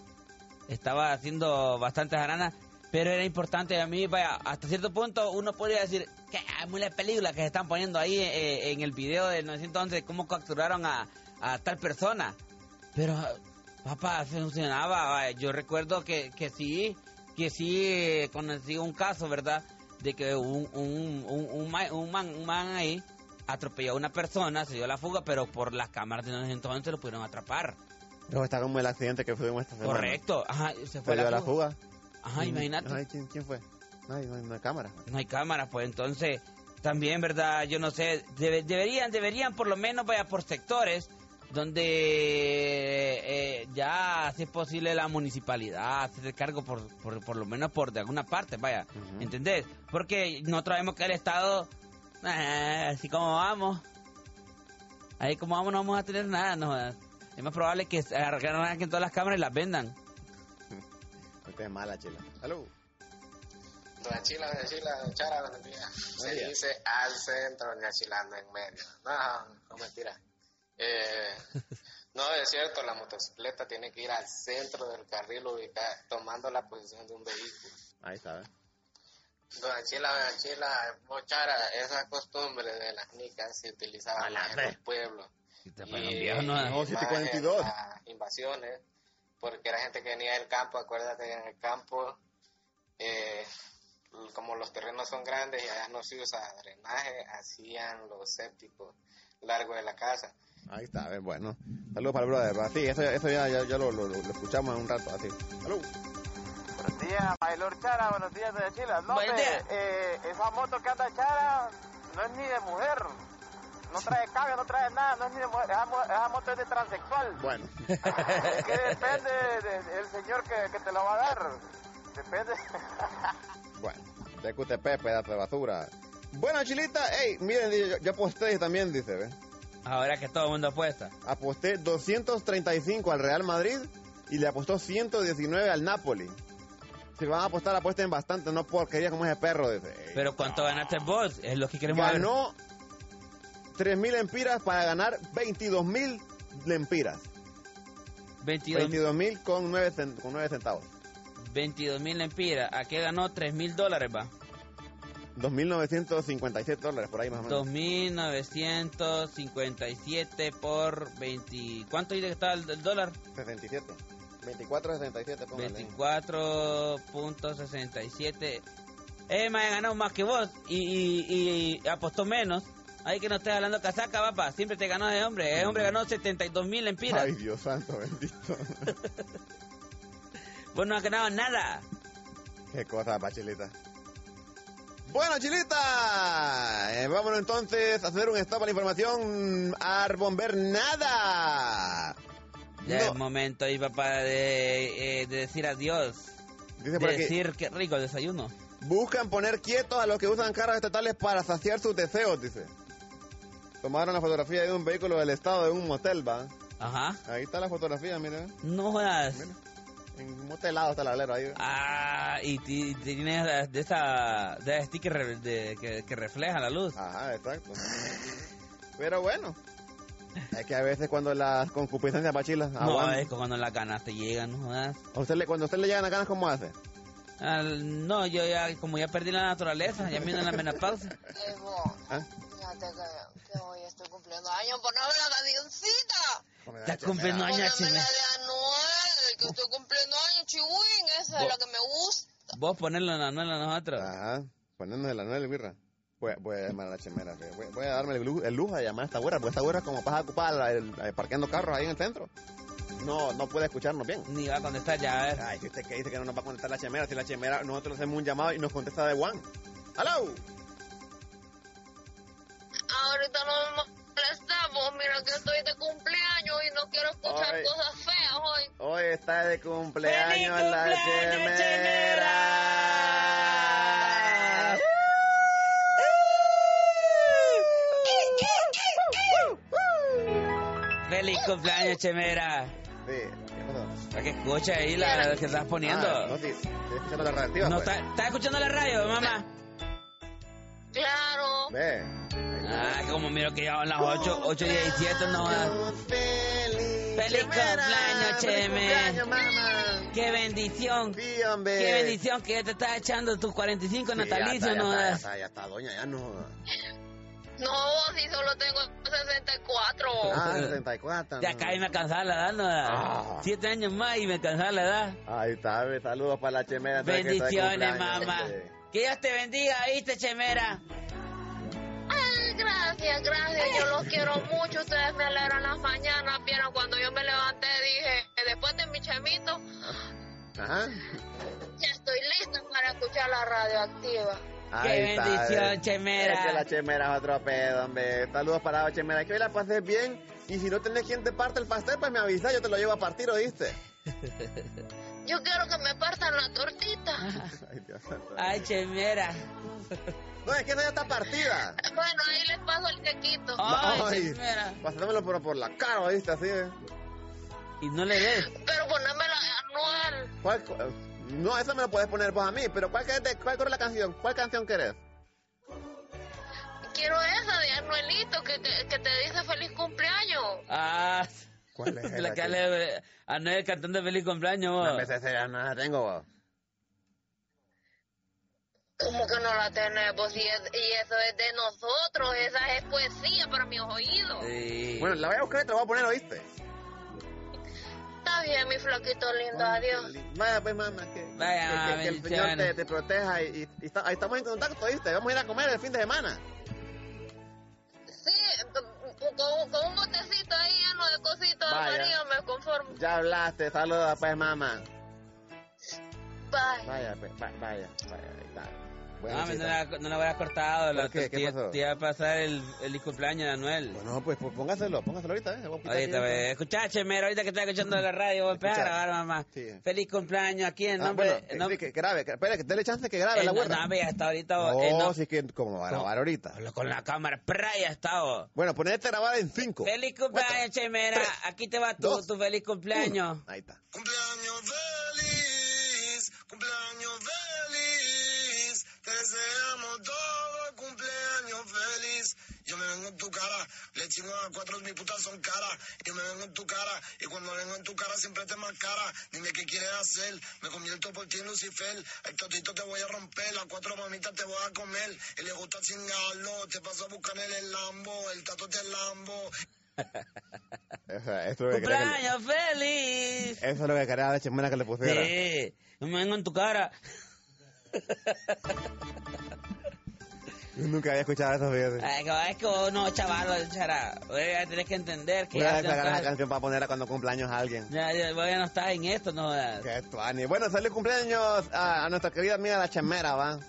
Speaker 4: Estaba haciendo bastantes aranas. Pero era importante a mí, vaya, hasta cierto punto uno podría decir que hay muchas películas que se están poniendo ahí eh, en el video del 911 de cómo capturaron a, a tal persona. Pero, papá, funcionaba. vaya. Yo recuerdo que, que sí, que sí eh, conocí un caso, ¿verdad? De que un, un, un, un ma- un man, un man ahí atropelló a una persona, se dio la fuga, pero por las cámaras de 911 lo pudieron atrapar.
Speaker 3: Luego está como el accidente que fuimos esta semana.
Speaker 4: Correcto. Ajá, se
Speaker 3: Se
Speaker 4: fue
Speaker 3: dio
Speaker 4: la
Speaker 3: a la
Speaker 4: fuga.
Speaker 3: fuga.
Speaker 4: Ajá,
Speaker 3: Y-
Speaker 4: imagínate.
Speaker 3: ay, ¿quién, quién fue? Ay, no hay, no hay cámara.
Speaker 4: No hay cámaras, pues entonces también, ¿verdad? Yo no sé, debe- deberían, deberían por lo menos vaya por sectores donde eh, ya si es posible la municipalidad hacer cargo por, por, por lo menos por de alguna parte, vaya, ¿entendés? Porque nosotros vemos que el Estado, eh, así como vamos, ahí como vamos no vamos a tener nada, no jodas. Es más probable que se arreglen todas las cámaras y las vendan.
Speaker 3: Usted es mala, chila. Salud.
Speaker 7: Doña Chila, Doña Chila, Chara, buenos días. Se
Speaker 3: Buenos días.
Speaker 7: dice al centro, Doña Chila, no en medio. No, no mentira. Eh, no, es cierto, la motocicleta tiene que ir al centro del carril ubicada, tomando la posición de un vehículo.
Speaker 3: Ahí está, ¿eh?
Speaker 7: Doña Chila, Doña Chila, vos, Chara, esa costumbre de las nicas se utilizaba
Speaker 4: la
Speaker 7: más en los pueblos.
Speaker 4: te fueron viejo, ¿no?
Speaker 7: y
Speaker 4: No,
Speaker 7: más
Speaker 4: 742.
Speaker 7: en las invasiones, porque era gente que venía del campo, acuérdate que en el campo, eh, como los terrenos son grandes y allá no se usa drenaje, hacían los sépticos largo de la casa.
Speaker 3: Ahí está, ¿eh? Bueno. Saludos para el brother. ¿va? Sí, eso, eso ya, ya, ya lo, lo- lo- lo escuchamos en un rato, así. Salud.
Speaker 17: Buenos días, Maylor Chara, buenos días de Chile. No,
Speaker 4: Buenos
Speaker 17: hombre,
Speaker 4: días.
Speaker 17: eh, esa moto que anda Chara no es ni de mujer. No trae cambio, no trae nada, no es ni de mujer. Esa, mo- esa moto es de transexual.
Speaker 3: Bueno.
Speaker 17: Es que depende del señor que, que te la va a dar. Depende.
Speaker 3: Bueno, de QTP, pedazo de basura. Bueno, Chilita, hey, miren, dice, yo, yo aposté también, dice, ¿ves?
Speaker 4: Ahora que todo el mundo apuesta.
Speaker 3: Aposté 235 al Real Madrid y le apostó 119 al Napoli. Si van a apostar, apuesten bastante, no porquería como ese perro, dice. Ey,
Speaker 4: Pero ¿cuánto ganaste vos? Es lo que queremos ver.
Speaker 3: Ganó 3.000 empiras para ganar 22.000 lempiras.
Speaker 4: 22
Speaker 3: 22.000 con 9, con 9 centavos.
Speaker 4: mil lempiras. ¿A qué ganó 3 mil dólares, va?
Speaker 3: 2.957 dólares por ahí más o menos.
Speaker 4: 2.957 por 20... ¿Cuánto dice que estaba el, el dólar?
Speaker 3: 67. 24.67, póngale.
Speaker 4: 24.67. Eh, más ganó más que vos y, y- y apostó menos. Ahí que no estés hablando casaca, papá. Siempre te ganó de hombre. El hombre ganó 72 mil lempiras.
Speaker 3: Ay, Dios santo, bendito.
Speaker 4: Vos no has ganado nada.
Speaker 3: Qué cosa, bachilita. Bueno, Chilita, eh, vámonos entonces a hacer un stop a la información Arbomber nada.
Speaker 4: Ya es momento ahí, papá, de, eh, de decir adiós.
Speaker 3: Dice por
Speaker 4: de
Speaker 3: aquí.
Speaker 4: decir qué rico el desayuno.
Speaker 3: Buscan poner quietos a los que usan carros estatales para saciar sus deseos, dice. Tomaron la fotografía de un vehículo del estado de un motel, ¿va?
Speaker 4: Ajá.
Speaker 3: Ahí está la fotografía, mira.
Speaker 4: No jodas.
Speaker 3: En un motelado está el alero ahí.
Speaker 4: Ah, y ti- tienes la- de esta de este que, re- de- que, que refleja la luz.
Speaker 3: Ajá, exacto. Pero bueno. Es que a veces cuando las concupiscencias pachilas
Speaker 4: no, eh.
Speaker 3: aguantan.
Speaker 4: es que cuando las ganas te llegan, no jodas.
Speaker 3: A usted le- cuando a usted le llegan las ganas, ¿cómo hace?
Speaker 4: Ah, no, yo ya, como ya perdí la naturaleza, ya vino la menopausia.
Speaker 18: Evo,
Speaker 3: ¿Ah?
Speaker 18: fíjate que, que hoy estoy cumpliendo años. Poneme la cancioncita.
Speaker 4: Estás cumpliendo años,
Speaker 18: Poneme
Speaker 4: chime.
Speaker 18: la de Anuel, que estoy cumpliendo años, chihuín. Esa es
Speaker 3: Bo-
Speaker 18: la que me gusta.
Speaker 4: Vos ponerlo en la nuela a nosotros.
Speaker 3: Ajá, poniéndonos el anuel, birra. Voy, voy a llamar a la chimera, fíjate. voy, voy a darme el, lu- el lujo de llamar a esta güera, porque esta güera es como pasa ocupada la- el- eh, parqueando carros ahí en el centro. No, no puede escucharnos bien.
Speaker 4: Ni va a contestar ya, a ver.
Speaker 3: Ay, si usted que dice que no nos va a contestar la chimera, si la chimera, nosotros le hacemos un llamado y nos contesta de Juan. ¡Aló!
Speaker 18: Ahorita no me molestamos. Mira que estoy de cumpleaños y no quiero escuchar
Speaker 3: Ay.
Speaker 18: cosas feas hoy.
Speaker 3: Hoy está de cumpleaños la chimera.
Speaker 4: Feliz cumpleaños, Chemera.
Speaker 3: Sí,
Speaker 4: Para que escuche ahí la, la que estás poniendo.
Speaker 3: Ah, no, sí, estoy escuchando la radioactiva.
Speaker 4: No,
Speaker 3: pues.
Speaker 4: está- ¿Estás escuchando la radio, mamá?
Speaker 18: Claro.
Speaker 3: Ve.
Speaker 4: Ah, como miro que ya van las 8, 8 y 17, no jodas. Feliz cumpleaños, Cheme. Qué bendición.
Speaker 3: hombre.
Speaker 4: Qué bendición que ya te estás echando tus 45
Speaker 3: Sí, ya está,
Speaker 4: natalicios,
Speaker 3: ya
Speaker 4: no
Speaker 3: está, ya
Speaker 4: jodas.
Speaker 3: está, ya está, doña, ya no.
Speaker 18: No, si solo tengo 64.
Speaker 3: Ah, 64.
Speaker 4: Oh. Ya acá y me cansaba la edad, no
Speaker 3: Ah.
Speaker 4: jodas. 7 años más y me cansaba la edad.
Speaker 3: Ahí está, ve, saludos para la chemera. sabe que está de
Speaker 4: Bendiciones,
Speaker 3: cumpleaños, este.
Speaker 4: mamá.
Speaker 3: hombre.
Speaker 4: Que Dios te bendiga, ¿viste, Chemera?
Speaker 18: Ay, gracias, gracias. Yo los quiero mucho. Ustedes me alegran las mañanas. Vieron cuando yo me levanté, dije, que después de mi chemito,
Speaker 3: Ajá.
Speaker 18: ya estoy lista para escuchar la radioactiva.
Speaker 3: Ahí está,
Speaker 4: bendición,
Speaker 3: ve.
Speaker 4: chemera.
Speaker 3: Es que la chemera es otro pedo, hombre. Saludos para la chemera. Que hoy la pases bien. Y si no tenés quien te parte el pastel, pues me avisa, yo te lo llevo a partir, ¿oíste?
Speaker 18: Yo quiero que me partan la tortita.
Speaker 3: Ay, Dios.
Speaker 4: Ay, Chemera.
Speaker 3: No, es que esa ya está partida.
Speaker 18: Bueno, ahí les pago el quequito.
Speaker 4: Ah.
Speaker 3: Ay, Pásamelo por, por la cara, ¿oíste? Así, ¿eh?
Speaker 4: Y no le des.
Speaker 18: Pero ponémela anual.
Speaker 3: ¿Cuál co- No, eso me lo puedes poner vos a mí, pero ¿cuál, querés de- cuál corre la canción? ¿Cuál canción querés?
Speaker 18: Quiero esa de Anuelito que, que, que te dice feliz cumpleaños.
Speaker 4: Ah.
Speaker 3: ¿Cuál es
Speaker 4: La
Speaker 3: esa,
Speaker 4: que le a Noel cantando feliz cumpleaños, vos.
Speaker 3: No me sé, esa no la tengo, vos.
Speaker 18: ¿Cómo que no la tenemos? Y, es- y eso es de nosotros. Esa es poesía para mis oídos.
Speaker 3: Bueno, la voy a buscar y te la voy a poner, ¿oíste?
Speaker 18: Está bien, mi flaquito lindo. Adiós.
Speaker 3: Vaya, pues, mamá, que,
Speaker 4: Vaya,
Speaker 3: que-
Speaker 4: mamá,
Speaker 3: que- que el Señor
Speaker 4: bendiciones.
Speaker 3: te, te proteja y, y- y está- ahí estamos en contacto, ¿oíste? Vamos a ir a comer el fin de semana.
Speaker 18: Sí, con, con un botecito ahí lleno de cositas
Speaker 3: Vaya.
Speaker 18: amarillas me conformo.
Speaker 3: Ya hablaste, saludos, pues, mamá.
Speaker 18: Bye.
Speaker 3: Vaya, pues, va- vaya, vaya, ahí está. Bueno,
Speaker 4: No, me- pues, no,
Speaker 3: chita.
Speaker 4: la, no la hubieras cortado. La,
Speaker 3: ¿Por qué?
Speaker 4: te-
Speaker 3: ¿Qué
Speaker 4: te-
Speaker 3: pasó?
Speaker 4: Te iba a pasar el, el cumpleaños de Anuel.
Speaker 3: Bueno, pues, pues póngaselo, póngaselo ahorita, ¿eh? Voy a quitar
Speaker 4: Ahorita,
Speaker 3: aquí.
Speaker 4: ve, escuchá, Chemera, ahorita que estás escuchando la radio, voy a empezar a
Speaker 3: Escucha.
Speaker 4: grabar, mamá. Feliz cumpleaños aquí en
Speaker 3: Ah,
Speaker 4: nombre...
Speaker 3: bueno,
Speaker 4: en nombre-
Speaker 3: que grabe, que, espera, que dele chance que grabe
Speaker 4: en-
Speaker 3: la güera.
Speaker 4: No, ve, hasta ahorita... vos, en
Speaker 3: No,
Speaker 4: no-
Speaker 3: si es que como va a grabar ahorita.
Speaker 4: Con la cámara, pra, ya está, vos.
Speaker 3: Bueno, ponete a grabar en 5.
Speaker 4: Feliz cumpleaños, Chemera. Aquí te va tu, tu feliz cumpleaños.
Speaker 3: Ahí está.
Speaker 19: Cumpleaños feliz, te deseamos todo cumpleaños feliz. Yo me vengo en tu cara, le chingo a cuatro, mis putas son caras. Yo me vengo en tu cara, y cuando vengo en tu cara siempre te más cara. Dime qué quieres hacer, me convierto por ti en Lucifer. El totito te voy a romper, las cuatro mamitas te voy a comer. Y le gusta chingarlo, te paso a buscar en el Lambo, el tato te Lambo.
Speaker 3: Eso es lo que quería que
Speaker 4: ¡Cumpleaños feliz!
Speaker 3: le- eso es lo que quería la chimera que le pusiera.
Speaker 4: Sí, no me vengo en tu cara.
Speaker 3: Yo nunca había escuchado eso, fíjate.
Speaker 4: Ay, que- es que vos no, chaval, chara. Oye, tenés que entender que
Speaker 3: Voy a
Speaker 4: ya, tú no
Speaker 3: sacar la
Speaker 4: estás,
Speaker 3: canción para ponerla cuando cumpleaños a alguien.
Speaker 4: ya, ya, vos ya no estás en esto, no. jodas.
Speaker 3: Qué tuani. Bueno, feliz cumpleaños a, a nuestra querida amiga la chimera, va.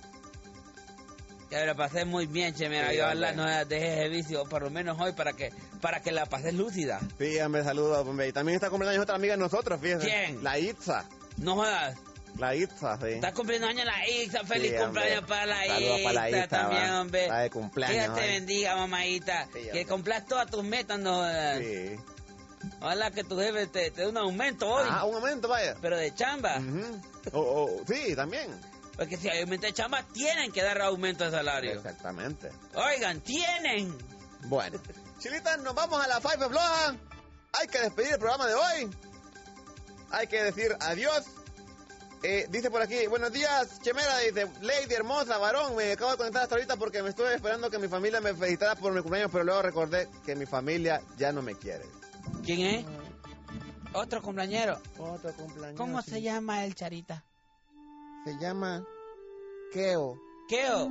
Speaker 4: Ya la pasé muy bien, che, mira,
Speaker 3: Sí,
Speaker 4: yo la
Speaker 3: hombre.
Speaker 4: no la dejé de vicio, por lo menos hoy, para que para que la pases lúcida.
Speaker 3: Sí, hombre, saludos, hombre. Y también está cumpleaños otra amiga de nosotros, fíjese.
Speaker 4: ¿Quién?
Speaker 3: La Itza.
Speaker 4: No jodas.
Speaker 3: La Itza, sí.
Speaker 4: Está cumpliendo años la Isa, feliz
Speaker 3: Sí, hombre.
Speaker 4: cumpleaños para la
Speaker 3: Saludos
Speaker 4: Isa,
Speaker 3: para la Itza,
Speaker 4: también,
Speaker 3: va.
Speaker 4: hombre.
Speaker 3: Está de cumpleaños,
Speaker 4: Que Dios te
Speaker 3: ¿vale?
Speaker 4: bendiga, mamadita. que
Speaker 3: hombre.
Speaker 4: cumplas todas tus metas, no jodas.
Speaker 3: Sí.
Speaker 4: Ojalá que tu jefe te, te dé un aumento hoy.
Speaker 3: Ah, un aumento, vaya.
Speaker 4: Pero de chamba.
Speaker 3: O- o- sí, también.
Speaker 4: Porque si hay aumento de chamba, tienen que dar aumento de salario.
Speaker 3: Exactamente.
Speaker 4: Oigan, tienen.
Speaker 3: Bueno. Chilita, nos vamos a la Five Bloja. Hay que despedir el programa de hoy. Hay que decir adiós. Eh, dice por aquí, buenos días, Chemera, dice, Lady hermosa, varón, me acabo de conectar hasta ahorita porque me estuve esperando que mi familia me felicitara por mi cumpleaños, pero luego recordé que mi familia ya no me quiere.
Speaker 4: ¿Quién es? Otro cumpleañero.
Speaker 3: Otro cumpleaños.
Speaker 4: ¿Cómo se llama el charita?
Speaker 3: Se llama Keo.
Speaker 4: Keo.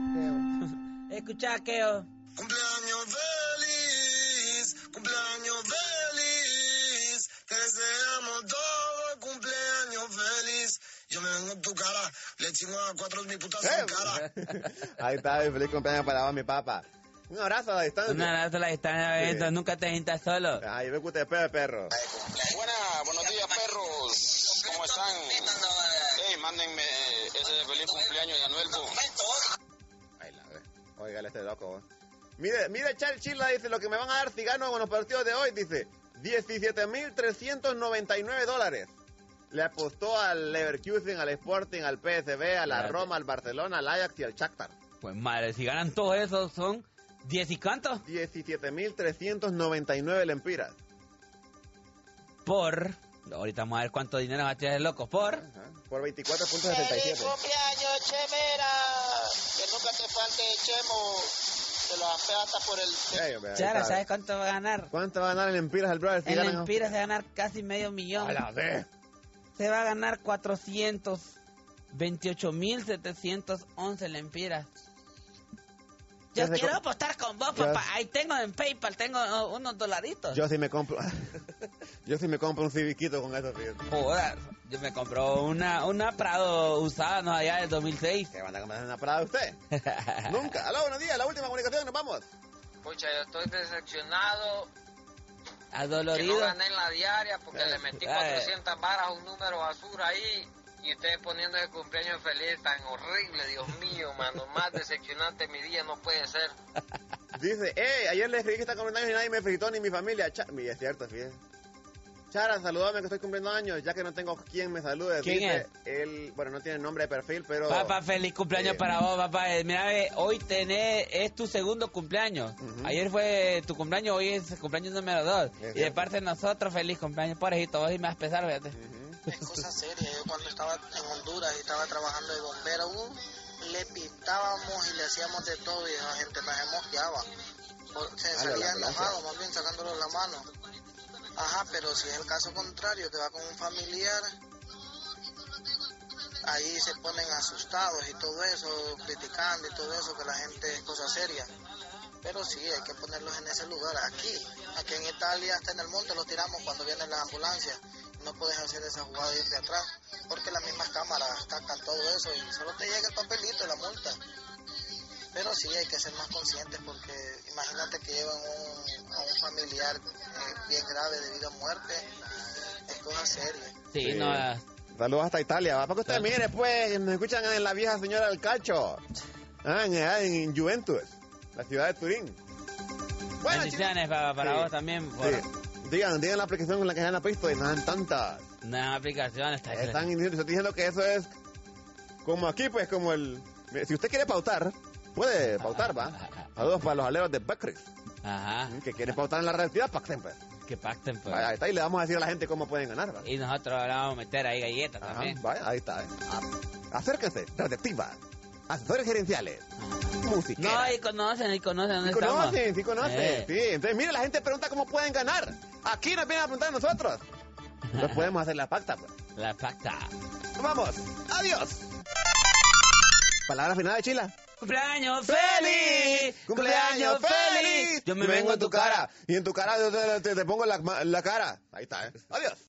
Speaker 4: Escucha, Keo.
Speaker 19: Cumpleaños feliz, cumpleaños feliz, te deseamos todo cumpleaños feliz. Yo me vengo en tu cara, le chingo a cuatro mil putas en cara.
Speaker 3: ¡Eh! Ahí está, y feliz cumpleaños para vos, mi papá. Un abrazo a la distancia.
Speaker 4: Un abrazo a la distancia,
Speaker 3: Sí.
Speaker 4: entonces nunca te sientas solo.
Speaker 3: Ay, ve que usted pega, perro.
Speaker 7: Buenas, buenos días, perros. ¿Cómo están? Ey, mándenme eh, ese feliz cumpleaños de Anuel. po.
Speaker 3: Oiga, este loco. ¿eh? Mire, mire, Charles Chila dice, lo que me van a dar si gano con los partidos de hoy, dice, 17.399 dólares. Le apostó al Leverkusen, al Sporting, al PSV, a la
Speaker 4: Fíjate.
Speaker 3: Roma, al Barcelona, al Ajax y al Shakhtar.
Speaker 4: Pues madre, si ganan todos esos son 10 y cantos.
Speaker 3: 17.399 lempiras.
Speaker 4: Por. Ahorita vamos a ver cuánto dinero va a tirar el loco. Por.
Speaker 3: Por 24.77.
Speaker 11: ¡Feliz cumpleaños, Chemera! Que nunca te falte Chemo. Te lo ampea hasta por el...
Speaker 3: Ey, hombre, ahí
Speaker 4: Chara,
Speaker 3: está.
Speaker 4: ¿sabes cuánto va a ganar?
Speaker 3: ¿Cuánto va a ganar en lempiras el brother si
Speaker 4: En
Speaker 3: gana?
Speaker 4: Empira se va a ganar casi medio millón.
Speaker 3: A la vez.
Speaker 4: Se va a ganar 428.711 lempiras. Yo
Speaker 3: Ya se
Speaker 4: quiero
Speaker 3: com-
Speaker 4: apostar con vos,
Speaker 3: Ya-
Speaker 4: papá. Ahí tengo en PayPal, tengo oh, unos dolaritos.
Speaker 3: Yo sí me compro... Yo sí me compro un civiquito con eso, fíjate.
Speaker 4: Joder, yo me compró una, una Prado usada, no allá del 2006.
Speaker 3: ¿Qué van a comprar una Prado usted? Nunca. Aló, buenos días, la última comunicación, nos vamos.
Speaker 20: Pucha, yo estoy decepcionado. Que
Speaker 4: Adolorido.
Speaker 20: no gané en la diaria porque le metí
Speaker 4: Eh.
Speaker 20: 400 varas a un número basura ahí. Y ustedes poniendo el cumpleaños feliz tan horrible, Dios mío, mano. Más decepcionante mi día no puede ser.
Speaker 3: Dice, eh, ayer le escribí que está cumpliendo años y nadie me felicitó ni mi familia. Cha- Mi, es cierto, fíjate. Chara, saludame que estoy cumpliendo años, ya que no tengo quien me salude.
Speaker 4: ¿Quién
Speaker 3: Dice Él, bueno, no tiene nombre de perfil, pero...
Speaker 4: Papá, feliz cumpleaños
Speaker 3: Sí.
Speaker 4: para vos, papá. Eh, Mira, ve, hoy tenés, es tu segundo cumpleaños. Ayer fue tu cumpleaños, hoy es el cumpleaños número dos. y de
Speaker 11: cierto.
Speaker 4: parte de nosotros, feliz cumpleaños, pobrecito. Vos y me vas a pesar, fíjate.
Speaker 11: Es cosa seria. Yo cuando estaba en Honduras y estaba trabajando de bombero, uh, le pintábamos y le hacíamos de todo y la gente nos emociaba. Se
Speaker 3: Ah, la
Speaker 11: salía
Speaker 3: ambulancia.
Speaker 11: enojado, más bien sacándole la mano. Ajá, pero si es el caso contrario, que va con un familiar, ahí se ponen asustados y todo eso, criticando y todo eso, que la gente es cosa seria. Pero sí, hay que ponerlos en ese lugar. Aquí, aquí en Italia, hasta en el monte los tiramos cuando vienen las ambulancias. No puedes hacer esa jugada de irte atrás, porque las mismas cámaras captan todo eso y solo te llega el papelito y la multa. Pero sí, hay que ser más conscientes porque imagínate que llevan un- a un familiar eh, bien grave debido a muerte. Es cosa seria.
Speaker 4: Sí, no. eh,
Speaker 3: Saludos hasta Italia, va, para que usted
Speaker 4: Claro.
Speaker 3: mire, pues, nos escuchan en la vieja señora del cacho. Ah, en, ah, en Juventus, la ciudad de Turín.
Speaker 4: bendiciones, papá, para
Speaker 3: Sí.
Speaker 4: vos también. por-
Speaker 3: Sí. Digan, digan la aplicación con la que se han visto y no dan tantas.
Speaker 4: Una aplicación está
Speaker 3: Están diciendo, están diciendo que eso es como aquí, pues, como el... mire, Si usted quiere pautar, puede
Speaker 4: Ah,
Speaker 3: pautar, va. Saludos para los aleros de Backrick.
Speaker 4: Ajá.
Speaker 3: Que quieren pautar en la realidad, pacten, pues.
Speaker 4: Que pacten, pues.
Speaker 3: Vaya, ahí está, y le vamos a decir a la gente cómo pueden ganar, va.
Speaker 4: Y nosotros le vamos a meter ahí galletas
Speaker 3: Ajá,
Speaker 4: también.
Speaker 3: vaya, ahí está. eh. A- Acérquense, Radioactiva. Asesores gerenciales. Música.
Speaker 4: No, y conocen, y conocen dónde
Speaker 3: Sí conocen,
Speaker 4: estamos.
Speaker 3: sí conocen.
Speaker 4: Eh.
Speaker 3: Sí, entonces mire, la gente pregunta cómo pueden ganar. Aquí nos vienen a preguntar a nosotros. No podemos hacer la pacta, pues.
Speaker 4: La pacta.
Speaker 3: Vamos, adiós. Palabra final de Chila.
Speaker 4: ¡Cumpleaños feliz! ¡Cumpleaños feliz!
Speaker 3: Yo me vengo en tu cara. Y en tu cara yo te, te- te pongo la, ma- la cara. Ahí está, ¿eh? Adiós.